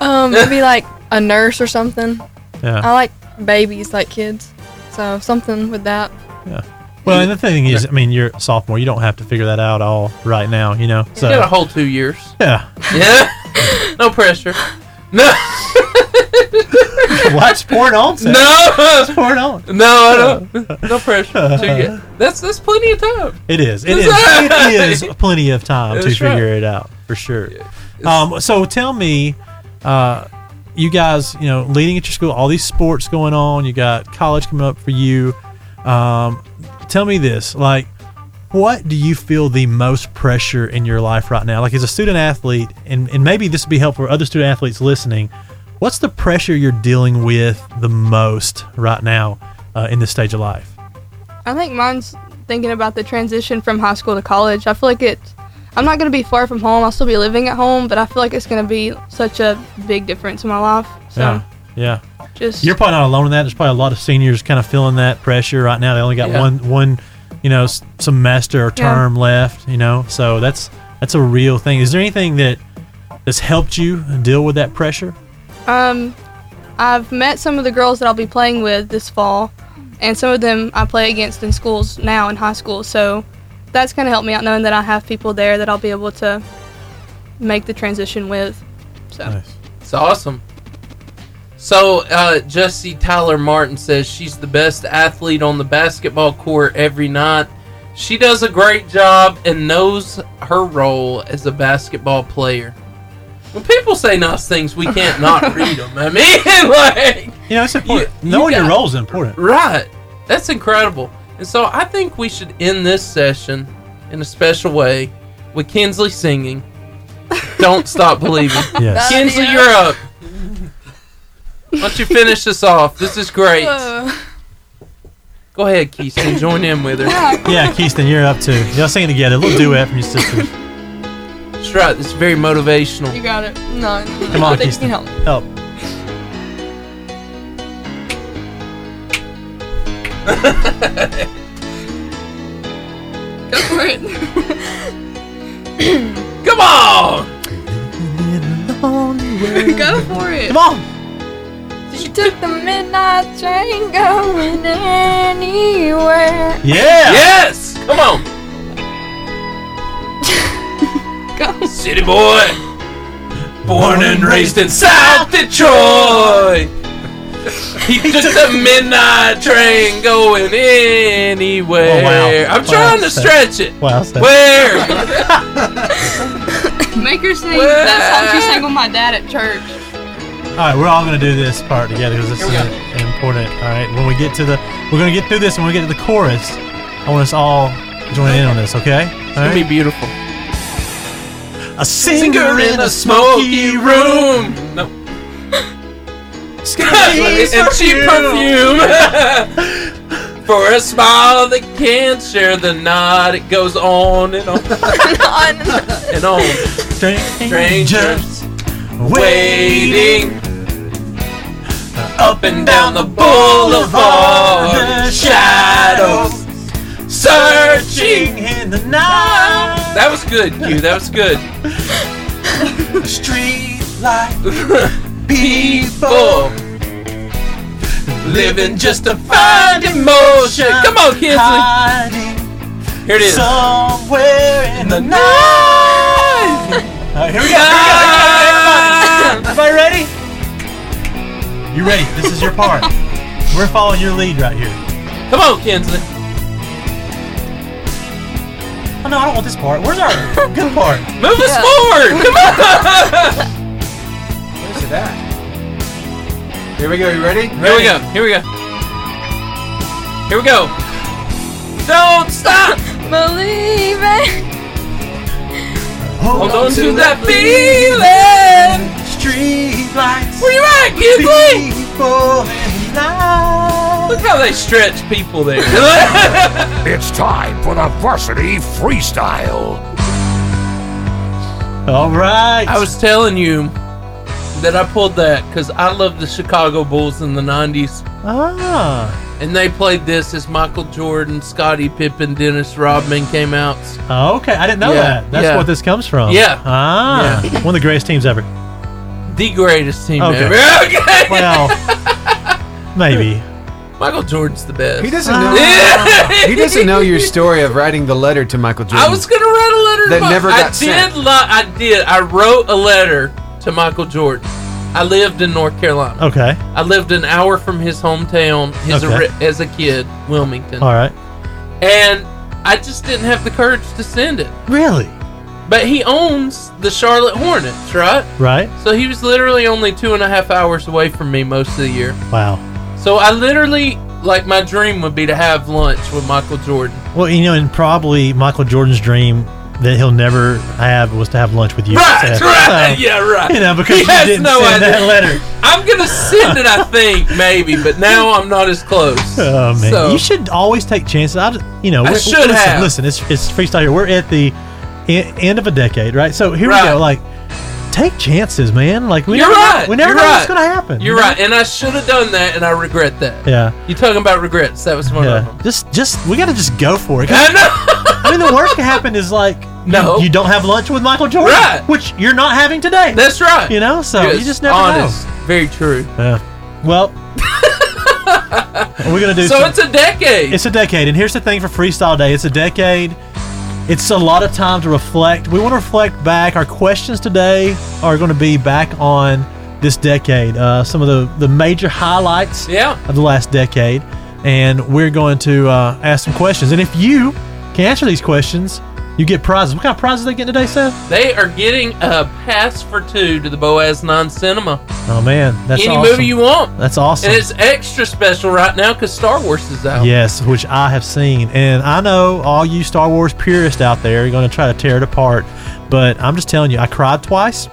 Speaker 22: Um, maybe like a nurse or something.
Speaker 8: Yeah.
Speaker 10: Uh,
Speaker 22: I like babies, like kids, so something with that.
Speaker 8: Well, and the thing is, I mean, you're a sophomore. You don't have to figure that out all right now, you know. So
Speaker 9: You got a whole two years.
Speaker 8: yeah,
Speaker 9: Yeah. no pressure. No.
Speaker 8: watch porn on. Sam.
Speaker 9: No.
Speaker 8: Watch porn on.
Speaker 9: No, I don't. No pressure. Two years. That's that's plenty of time.
Speaker 8: It is. It is. it is plenty of time to
Speaker 9: That's right.
Speaker 8: figure it out for sure. Um, so tell me, uh, you guys, you know, leading at your school, all these sports going on. You got college coming up for you. Um, tell me this, like, what do you feel the most pressure in your life right now? Like, as a student athlete, and and maybe this would be helpful for other student athletes listening. What's the pressure you're dealing with the most right now uh, in this stage of life?
Speaker 10: I think mine's thinking about the transition from high school to college. I feel like it. I'm not gonna be far from home. I'll still be living at home, but I feel like it's gonna be such a big difference in my life. So
Speaker 8: Yeah. Yeah.
Speaker 10: just
Speaker 8: You're probably not alone in that. There's probably a lot of seniors kind of feeling that pressure right now. They only got
Speaker 10: Yeah.
Speaker 8: one one, you know, s- semester or
Speaker 10: Yeah.
Speaker 8: term left. You know, so that's that's a real thing. Is there anything that that's helped you deal with that pressure?
Speaker 10: Um, I've met some of the girls that I'll be playing with this fall, and some of them I play against in schools now in high school. So that's kind of helped me out knowing that I have people there that I'll be able to make the transition with. So
Speaker 9: It's awesome. So, uh, Jesse Tyler Martin says she's the best athlete on the basketball court every night. She does a great job and knows her role as a basketball player. When people say nice things, we can't not read them. I mean, like,
Speaker 8: you know, it's important. Knowing your role is important.
Speaker 9: Right. That's incredible. And so I think we should end this session in a special way with Kinsley singing Don't Stop Believing.
Speaker 8: Yes.
Speaker 9: Kinsley, you're up. Why don't you finish this off? This is great. Go ahead, Keiston. Join in with her.
Speaker 8: yeah, Keiston, you're up too. Y'all singing together. A little duet from your sister.
Speaker 9: That's right. It's very motivational.
Speaker 22: You got it. No,
Speaker 8: Come on,
Speaker 22: I think you
Speaker 8: Keiston.
Speaker 22: can help.
Speaker 8: Help.
Speaker 22: Go for it.
Speaker 9: Come on!
Speaker 22: Go for it.
Speaker 8: Come on.
Speaker 22: She took the midnight train going anywhere.
Speaker 8: Yeah.
Speaker 9: Yes. Come on.
Speaker 22: Go.
Speaker 9: City boy. Born and raised in South Detroit. He took the midnight train going anywhere. I'm trying to stretch it.
Speaker 8: Wow.
Speaker 9: Where?
Speaker 10: make her sing that song she sang with my dad at church.
Speaker 8: All right, we're all gonna do this part together because this is important. All right, when we get to the, we're gonna get through this. When we get to the chorus, I want us all join in on this. Okay? It's
Speaker 9: gonna be beautiful.
Speaker 8: A singer in a
Speaker 9: smoky room. No.
Speaker 8: Sketchy
Speaker 9: and cheap perfume. For a smile that can't share the night, it goes on and on and on. Strangers waiting up and down the boulevard, shadows searching
Speaker 8: in the night.
Speaker 9: That was good, Q. That was good.
Speaker 8: Street light
Speaker 9: people living just to find emotion. Come on, Kinsley. Here it is.
Speaker 8: Somewhere in the night. All right, here we go. Here we go. Here we go. Everybody. Everybody ready? You ready? This is your part. We're following your lead right here.
Speaker 9: Come on, Kinsley.
Speaker 8: Oh, no, I don't want this part. Where's our good part?
Speaker 9: Move us forward. Come on.
Speaker 6: Where's it at? Here we go. You ready?
Speaker 9: Here we go. Here we go. Here we go. Don't stop
Speaker 23: believing.
Speaker 9: Hold on to that
Speaker 23: feeling. Street lights.
Speaker 9: We right, get
Speaker 23: lit. People and
Speaker 9: Look how they stretch people there.
Speaker 24: It's time for the varsity freestyle.
Speaker 8: All right.
Speaker 9: I was telling you that I pulled that because I love the Chicago Bulls in the 90s.
Speaker 8: Ah.
Speaker 9: And they played this as Michael Jordan, Scottie Pippen, Dennis Rodman came out.
Speaker 8: Oh, okay. I didn't know
Speaker 9: Yeah,
Speaker 8: that. That's
Speaker 9: yeah.
Speaker 8: what this comes from.
Speaker 9: Yeah.
Speaker 8: Ah. One of the greatest teams ever.
Speaker 9: The greatest team
Speaker 8: Okay.
Speaker 9: ever. Okay.
Speaker 8: Well, maybe.
Speaker 9: Michael Jordan's the best.
Speaker 6: He doesn't know.
Speaker 9: Yeah.
Speaker 6: he doesn't know your story of writing the letter to Michael Jordan.
Speaker 9: I was gonna write a letter
Speaker 6: That
Speaker 9: to Michael.
Speaker 6: never
Speaker 9: I
Speaker 6: got sent.
Speaker 9: did. Li- I did. I wrote a letter to Michael Jordan. I lived in North Carolina.
Speaker 8: Okay.
Speaker 9: I lived an hour from his hometown his
Speaker 8: Okay.
Speaker 9: ori- as a kid, Wilmington.
Speaker 8: All right.
Speaker 9: And I just didn't have the courage to send it.
Speaker 8: Really?
Speaker 9: But he owns the Charlotte Hornets, right?
Speaker 8: Right?
Speaker 9: So he was literally only two and a half hours away from me most of the year.
Speaker 8: Wow.
Speaker 9: So I literally, like, my dream would be to have lunch with Michael Jordan.
Speaker 8: Well, you know, and probably Michael Jordan's dream that he'll never have was to have lunch with you.
Speaker 9: Right,
Speaker 8: So-
Speaker 9: right,
Speaker 8: so,
Speaker 9: yeah, right.
Speaker 8: You know, because
Speaker 9: He
Speaker 8: you
Speaker 9: has
Speaker 8: didn't send that letter.
Speaker 9: I'm gonna send it, I think, maybe, but now I'm not as close.
Speaker 8: Oh man,
Speaker 9: So-
Speaker 8: you should always take chances. I, just- you know,
Speaker 9: I
Speaker 8: we're-
Speaker 9: should
Speaker 8: listen,
Speaker 9: have.
Speaker 8: listen, it's it's freestyle here. We're at the en- end of a decade, right? So here we go. Like, take chances, man. Like we
Speaker 9: You're
Speaker 8: never, know-
Speaker 9: right.
Speaker 8: We never
Speaker 9: You're
Speaker 8: know
Speaker 9: right.
Speaker 8: what's gonna happen.
Speaker 9: You're right, and I should have done that, and I regret that.
Speaker 8: Yeah.
Speaker 9: You talking about regrets? That was one of them.
Speaker 8: Yeah. Just, just we gotta just go for it.
Speaker 9: I
Speaker 8: know. I mean, the worst that happened is like
Speaker 9: No.
Speaker 8: you, you don't have lunch with Michael Jordan,
Speaker 9: Right.
Speaker 8: which you're not having today.
Speaker 9: That's right.
Speaker 8: You know, so
Speaker 9: Yes,
Speaker 8: you just never
Speaker 9: honest.
Speaker 8: know.
Speaker 9: Very true.
Speaker 8: Yeah. Well, we're gonna do.
Speaker 9: So
Speaker 8: some-
Speaker 9: it's a decade.
Speaker 8: It's a decade, and here's the thing for Freestyle Day: it's a decade. It's a lot of time to reflect. We want to reflect back. Our questions today are going to be back on this decade, uh, some of the the major highlights
Speaker 9: Yeah.
Speaker 8: of the last decade, and we're going to uh, ask some questions. And if you can answer these questions, you get prizes. What kind of prizes they get today, Seth?
Speaker 9: They are getting a pass for two to the Boaz Non Cinema.
Speaker 8: Oh man, that's
Speaker 9: Any
Speaker 8: awesome.
Speaker 9: movie you want.
Speaker 8: That's awesome.
Speaker 9: And it's extra special right now because Star Wars is out.
Speaker 8: Yes, which I have seen. And I know all you Star Wars purists out there are going to try to tear it apart. But I'm just telling you, I cried twice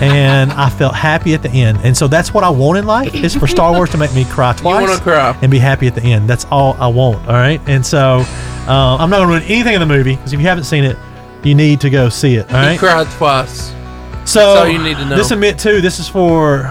Speaker 8: and I felt happy at the end. And so that's what I want in life is for Star Wars to make me cry twice
Speaker 9: wanna cry.
Speaker 8: and be happy at the end. That's all I want. All right. And so uh, I'm not going to ruin anything in the movie because if you haven't seen it, you need to go see it. All
Speaker 9: He
Speaker 8: right.
Speaker 9: cried twice.
Speaker 8: So
Speaker 9: That's all you need to know.
Speaker 8: This admit too. This is for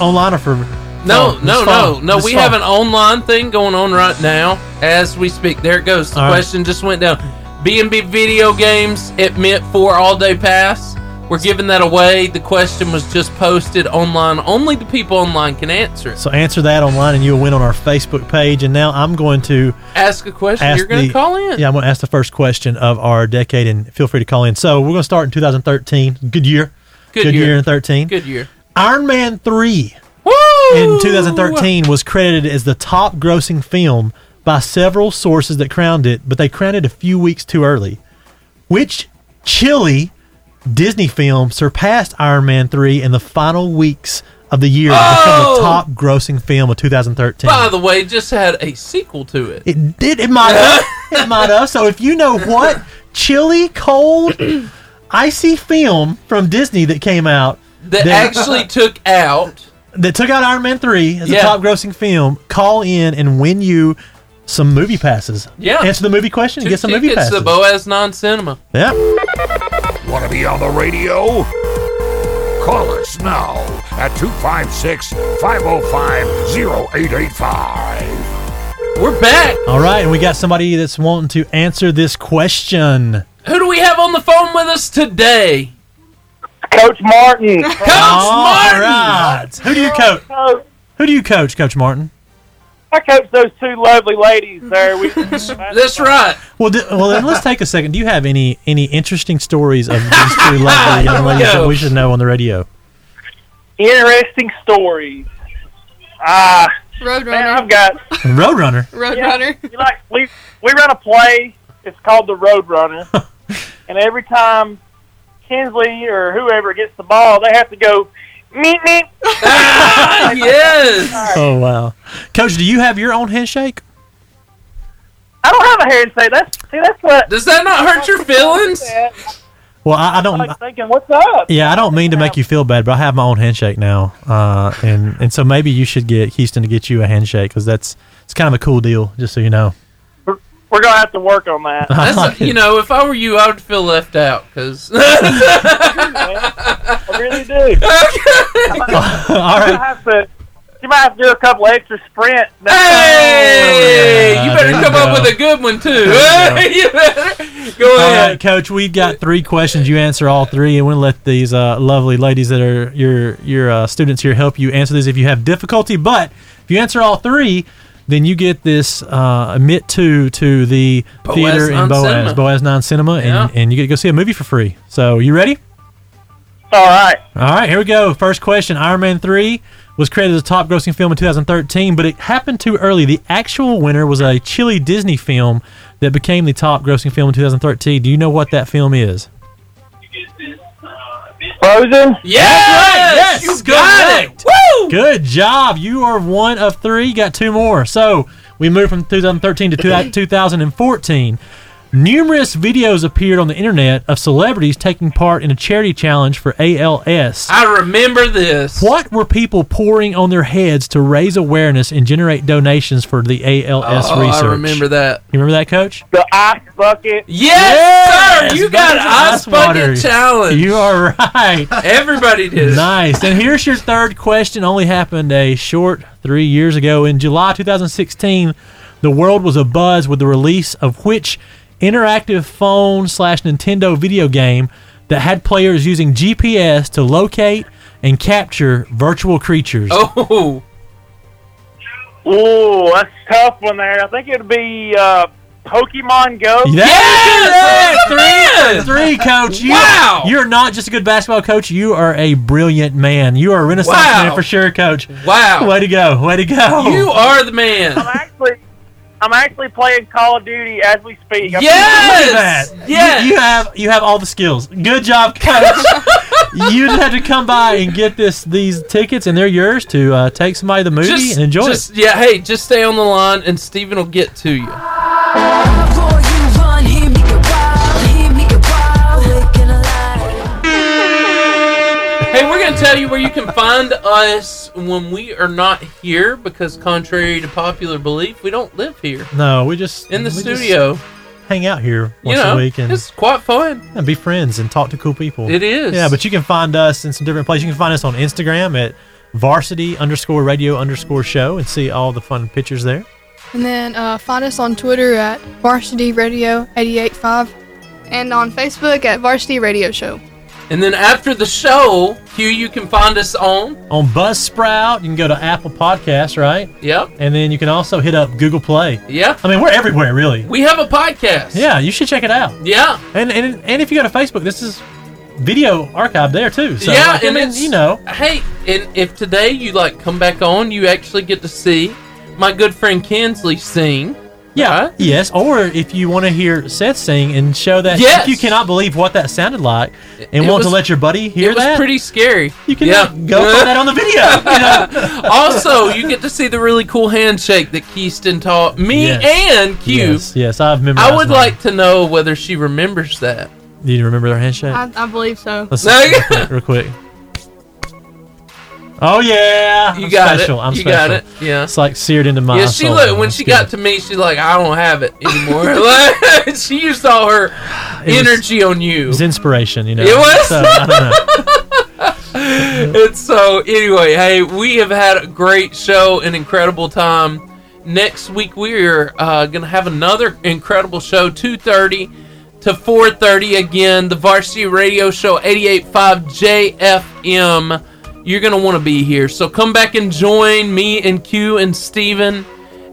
Speaker 8: online or for
Speaker 9: No,
Speaker 8: phone?
Speaker 9: no,
Speaker 8: Oh, This phone.
Speaker 9: no, no.
Speaker 8: This
Speaker 9: We
Speaker 8: phone.
Speaker 9: have an online thing going on right now as we speak. There it goes. The
Speaker 8: All right.
Speaker 9: question just went down. B&B Video Games admit for all day pass. We're giving that away. The question was just posted online. Only the people online can answer it.
Speaker 8: So answer that online, and you'll win on our Facebook page. And now I'm going to
Speaker 9: Ask a question.
Speaker 8: ask
Speaker 9: You're going
Speaker 8: the-
Speaker 9: to call in.
Speaker 8: Yeah, I'm going to ask the first question of our decade, and feel free to call in. So we're going to start in 2013. Good year.
Speaker 9: Good year.
Speaker 8: in 13.
Speaker 9: Good year.
Speaker 8: Iron Man 3
Speaker 9: Woo!
Speaker 8: in 2013 was credited as the top grossing film by several sources that crowned it, but they crowned it a few weeks too early. Which chilly Disney film surpassed Iron Man 3 in the final weeks of the year to become
Speaker 9: Oh!
Speaker 8: the top grossing film of 2013?
Speaker 9: By the way, just had a sequel to it.
Speaker 8: It did. It might have. It might have. So if you know what chilly, cold, icy film from Disney that came out
Speaker 9: That actually took out.
Speaker 8: that took out Iron Man three as
Speaker 9: Yeah.
Speaker 8: a top grossing film, call in and win you some movie passes.
Speaker 9: Yeah.
Speaker 8: Answer the movie question
Speaker 9: Two
Speaker 8: and get some movie
Speaker 9: tickets to the
Speaker 8: passes.
Speaker 9: Boaz Non Cinema.
Speaker 8: yeah.
Speaker 24: Want to be on the radio? Call us now at 256 505 0885.
Speaker 9: We're back.
Speaker 8: All right, and we got somebody that's wanting to answer this question.
Speaker 9: Who do we have on the phone with us today?
Speaker 25: Coach Martin. Coach
Speaker 8: All right. Who do you coach? Who do you coach, Coach Martin?
Speaker 25: I coach those two lovely ladies there. We, That's
Speaker 9: right.
Speaker 8: Well, d well, then let's take a second. Do you have any any interesting stories of these two lovely young ladies that we should know on the radio?
Speaker 25: Interesting stories. Ah,
Speaker 22: Roadrunner.
Speaker 25: I've got
Speaker 8: Roadrunner.
Speaker 22: Roadrunner.
Speaker 25: You like we we run a play. It's called the Roadrunner, and every time Kinsley or whoever gets the ball, they have to go meet me.
Speaker 9: yes. Ah,
Speaker 8: Oh wow, Coach, do you have your own handshake?
Speaker 25: I don't have a hair to say. That's see, that's what.
Speaker 9: Does that not hurt your feelings?
Speaker 8: Well, I, I don't.
Speaker 10: Uh,
Speaker 25: Like thinking, what's up?
Speaker 8: Yeah, I don't mean to make you feel bad, but I have my own handshake now, uh, and and so maybe you should get Houston to get you a handshake because that's it's kind of a cool deal. Just so you know.
Speaker 25: We're gonna have to work on that.
Speaker 9: That's you know, if I were you, I would feel left out because
Speaker 25: I really do.
Speaker 8: All
Speaker 25: right. You might have to, you might have to do a couple extra sprints.
Speaker 9: Hey, you better
Speaker 8: there you
Speaker 9: come up
Speaker 8: go.
Speaker 9: with a good one too.
Speaker 8: There
Speaker 9: you better go
Speaker 8: All
Speaker 9: ahead.
Speaker 8: right, Coach. We've got three questions. You answer all three, and we'll let these uh, lovely ladies that are your your uh, students here help you answer these if you have difficulty. But if you answer all three, then you get this uh, admit to to the
Speaker 9: Boaz
Speaker 8: theater in
Speaker 9: Non
Speaker 8: Boaz
Speaker 9: Cinema.
Speaker 8: Boaz Non Cinema,
Speaker 9: Yeah.
Speaker 8: and, and you get to go see a movie for free. So you ready?
Speaker 25: All right.
Speaker 8: All right, here we go. First question Iron Man 3 was credited as a top grossing film in 2013, but it happened too early. The actual winner was a chilly Disney film that became the top grossing film in 2013. Do you know what that film is?
Speaker 25: Frozen?
Speaker 9: Yes! You got it! Woo!
Speaker 8: Good job. You are one of three. You got two more. So we moved from 2013 to two- 2014. Numerous videos appeared on the internet of celebrities taking part in a charity challenge for ALS.
Speaker 9: I remember this.
Speaker 8: What were people pouring on their heads to raise awareness and generate donations for the ALS
Speaker 9: Oh, I
Speaker 8: research?
Speaker 9: remember that.
Speaker 8: You remember that, Coach?
Speaker 25: The ice bucket.
Speaker 9: Yes, sir. You got ice
Speaker 8: water.
Speaker 9: bucket challenge.
Speaker 8: You are right.
Speaker 9: Everybody did.
Speaker 8: Nice. And here's your third question. Only happened a short three years ago. In July 2016, the world was abuzz with the release of which interactive phone slash Nintendo video game that had players using GPS to locate and capture virtual creatures.
Speaker 9: Oh.
Speaker 25: Ooh, that's a tough one there. I think it'd be uh, Pokemon Go.
Speaker 8: Yes!
Speaker 9: Yes!
Speaker 8: Three, coach. You,
Speaker 9: Wow.
Speaker 8: You're not just a good basketball coach. You are a brilliant man. You are a renaissance
Speaker 9: Wow.
Speaker 8: man for sure, coach.
Speaker 9: Wow.
Speaker 8: Way to go. Way to go.
Speaker 9: You are the man.
Speaker 25: I'm actually, I'm actually playing Call of Duty as we speak. I'm-
Speaker 9: Yes!
Speaker 8: Look at that.
Speaker 9: Yes!
Speaker 8: You, you have you have all the skills. Good job, coach. you just have to come by and get this these tickets, and they're yours to uh, take somebody to the movie
Speaker 9: Just-
Speaker 8: and enjoy
Speaker 9: just-
Speaker 8: it.
Speaker 9: Yeah, hey, just stay on the line and Steven will get to you. Hey, we're going to tell you where you can find us when we are not here because, contrary to popular belief, we don't live here.
Speaker 8: No, we just
Speaker 9: In the
Speaker 8: we just
Speaker 9: studio.
Speaker 8: hang out here
Speaker 9: You
Speaker 8: once
Speaker 9: know,
Speaker 8: a week and
Speaker 9: it's quite fun.
Speaker 8: and be friends and talk to cool people.
Speaker 9: It is.
Speaker 8: Yeah, but you can find us in some different places. You can find us on Instagram at varsity underscore radio underscore show and see all the fun pictures there.
Speaker 22: And then uh, find us on Twitter at Varsity Radio 885 and on Facebook at Varsity Radio Show.
Speaker 9: And then after the show, Q, you can find us on.
Speaker 8: On Buzzsprout, you can go to Apple Podcasts, right?
Speaker 9: Yep.
Speaker 8: And then you can also hit up Google Play.
Speaker 9: Yeah.
Speaker 8: I mean, we're everywhere, really.
Speaker 9: We have a podcast.
Speaker 8: Yeah, you should check it out.
Speaker 9: Yeah.
Speaker 8: And and, and if you go to Facebook, this is video archived there too. So,
Speaker 9: yeah,
Speaker 8: like, I
Speaker 9: and
Speaker 8: mean,
Speaker 9: it's,
Speaker 8: you know,
Speaker 9: Hey, and if today you like come back on, you actually get to see my good friend Kinsley sing.
Speaker 8: Yeah. Yes, or if you want to hear Seth sing and show that
Speaker 9: Yes.
Speaker 8: if you cannot believe what that sounded like and
Speaker 9: It
Speaker 8: want
Speaker 9: was-
Speaker 8: to let your buddy hear
Speaker 9: it was
Speaker 8: that,
Speaker 9: pretty scary.
Speaker 8: you can
Speaker 9: yeah.
Speaker 8: go find that on the video. you know?
Speaker 9: also, you get to see the really cool handshake that Keyston taught me
Speaker 8: Yes.
Speaker 9: and Q.
Speaker 8: Yes, yes, I've memorized.
Speaker 9: I would
Speaker 8: mine.
Speaker 9: like to know whether she remembers that.
Speaker 8: Do you remember their handshake?
Speaker 10: I, I believe so.
Speaker 8: Let's see real quick, real quick. Oh yeah,
Speaker 9: You
Speaker 8: I'm
Speaker 9: got it.
Speaker 8: special. I'm
Speaker 9: You
Speaker 8: special.
Speaker 9: got it. Yeah.
Speaker 8: it's like seared into my.
Speaker 9: yeah, she
Speaker 8: soul.
Speaker 9: looked when
Speaker 8: It's
Speaker 9: she
Speaker 8: good.
Speaker 9: got to me. She's like, I don't have it anymore. like, she used all her
Speaker 8: It was-
Speaker 9: energy on you.
Speaker 8: It was inspiration, you know.
Speaker 9: It was?
Speaker 8: So, I don't know.
Speaker 9: and so anyway hey we have had a great show an incredible time next week we're uh, gonna have another incredible show 2.30 to 4.30 again the varsity radio show 88.5 jfm you're gonna want to be here so come back and join me and q and steven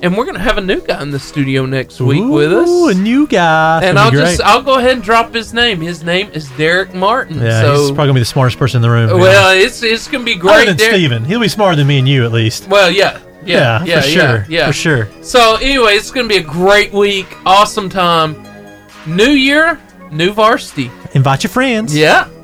Speaker 9: and we're gonna have a new guy in the studio next week with us
Speaker 8: Ooh, a new guy. It's
Speaker 9: and
Speaker 8: gonna
Speaker 9: i'll
Speaker 8: be
Speaker 9: just
Speaker 8: great.
Speaker 9: i'll go ahead and drop his name his name is derek martin
Speaker 8: yeah,
Speaker 9: so
Speaker 8: he's probably gonna be the smartest person in the room. you know.
Speaker 9: well, it's it's gonna be great.
Speaker 8: Other than
Speaker 9: there.
Speaker 8: Steven. He'll be smarter than me and you at least.
Speaker 9: Well, yeah, yeah, yeah,
Speaker 8: Yeah,
Speaker 9: yeah,
Speaker 8: for sure,
Speaker 9: yeah.
Speaker 8: for sure.
Speaker 9: So anyway, it's gonna be a great week, awesome time. New year, new varsity.
Speaker 8: Invite your friends.
Speaker 9: Yeah,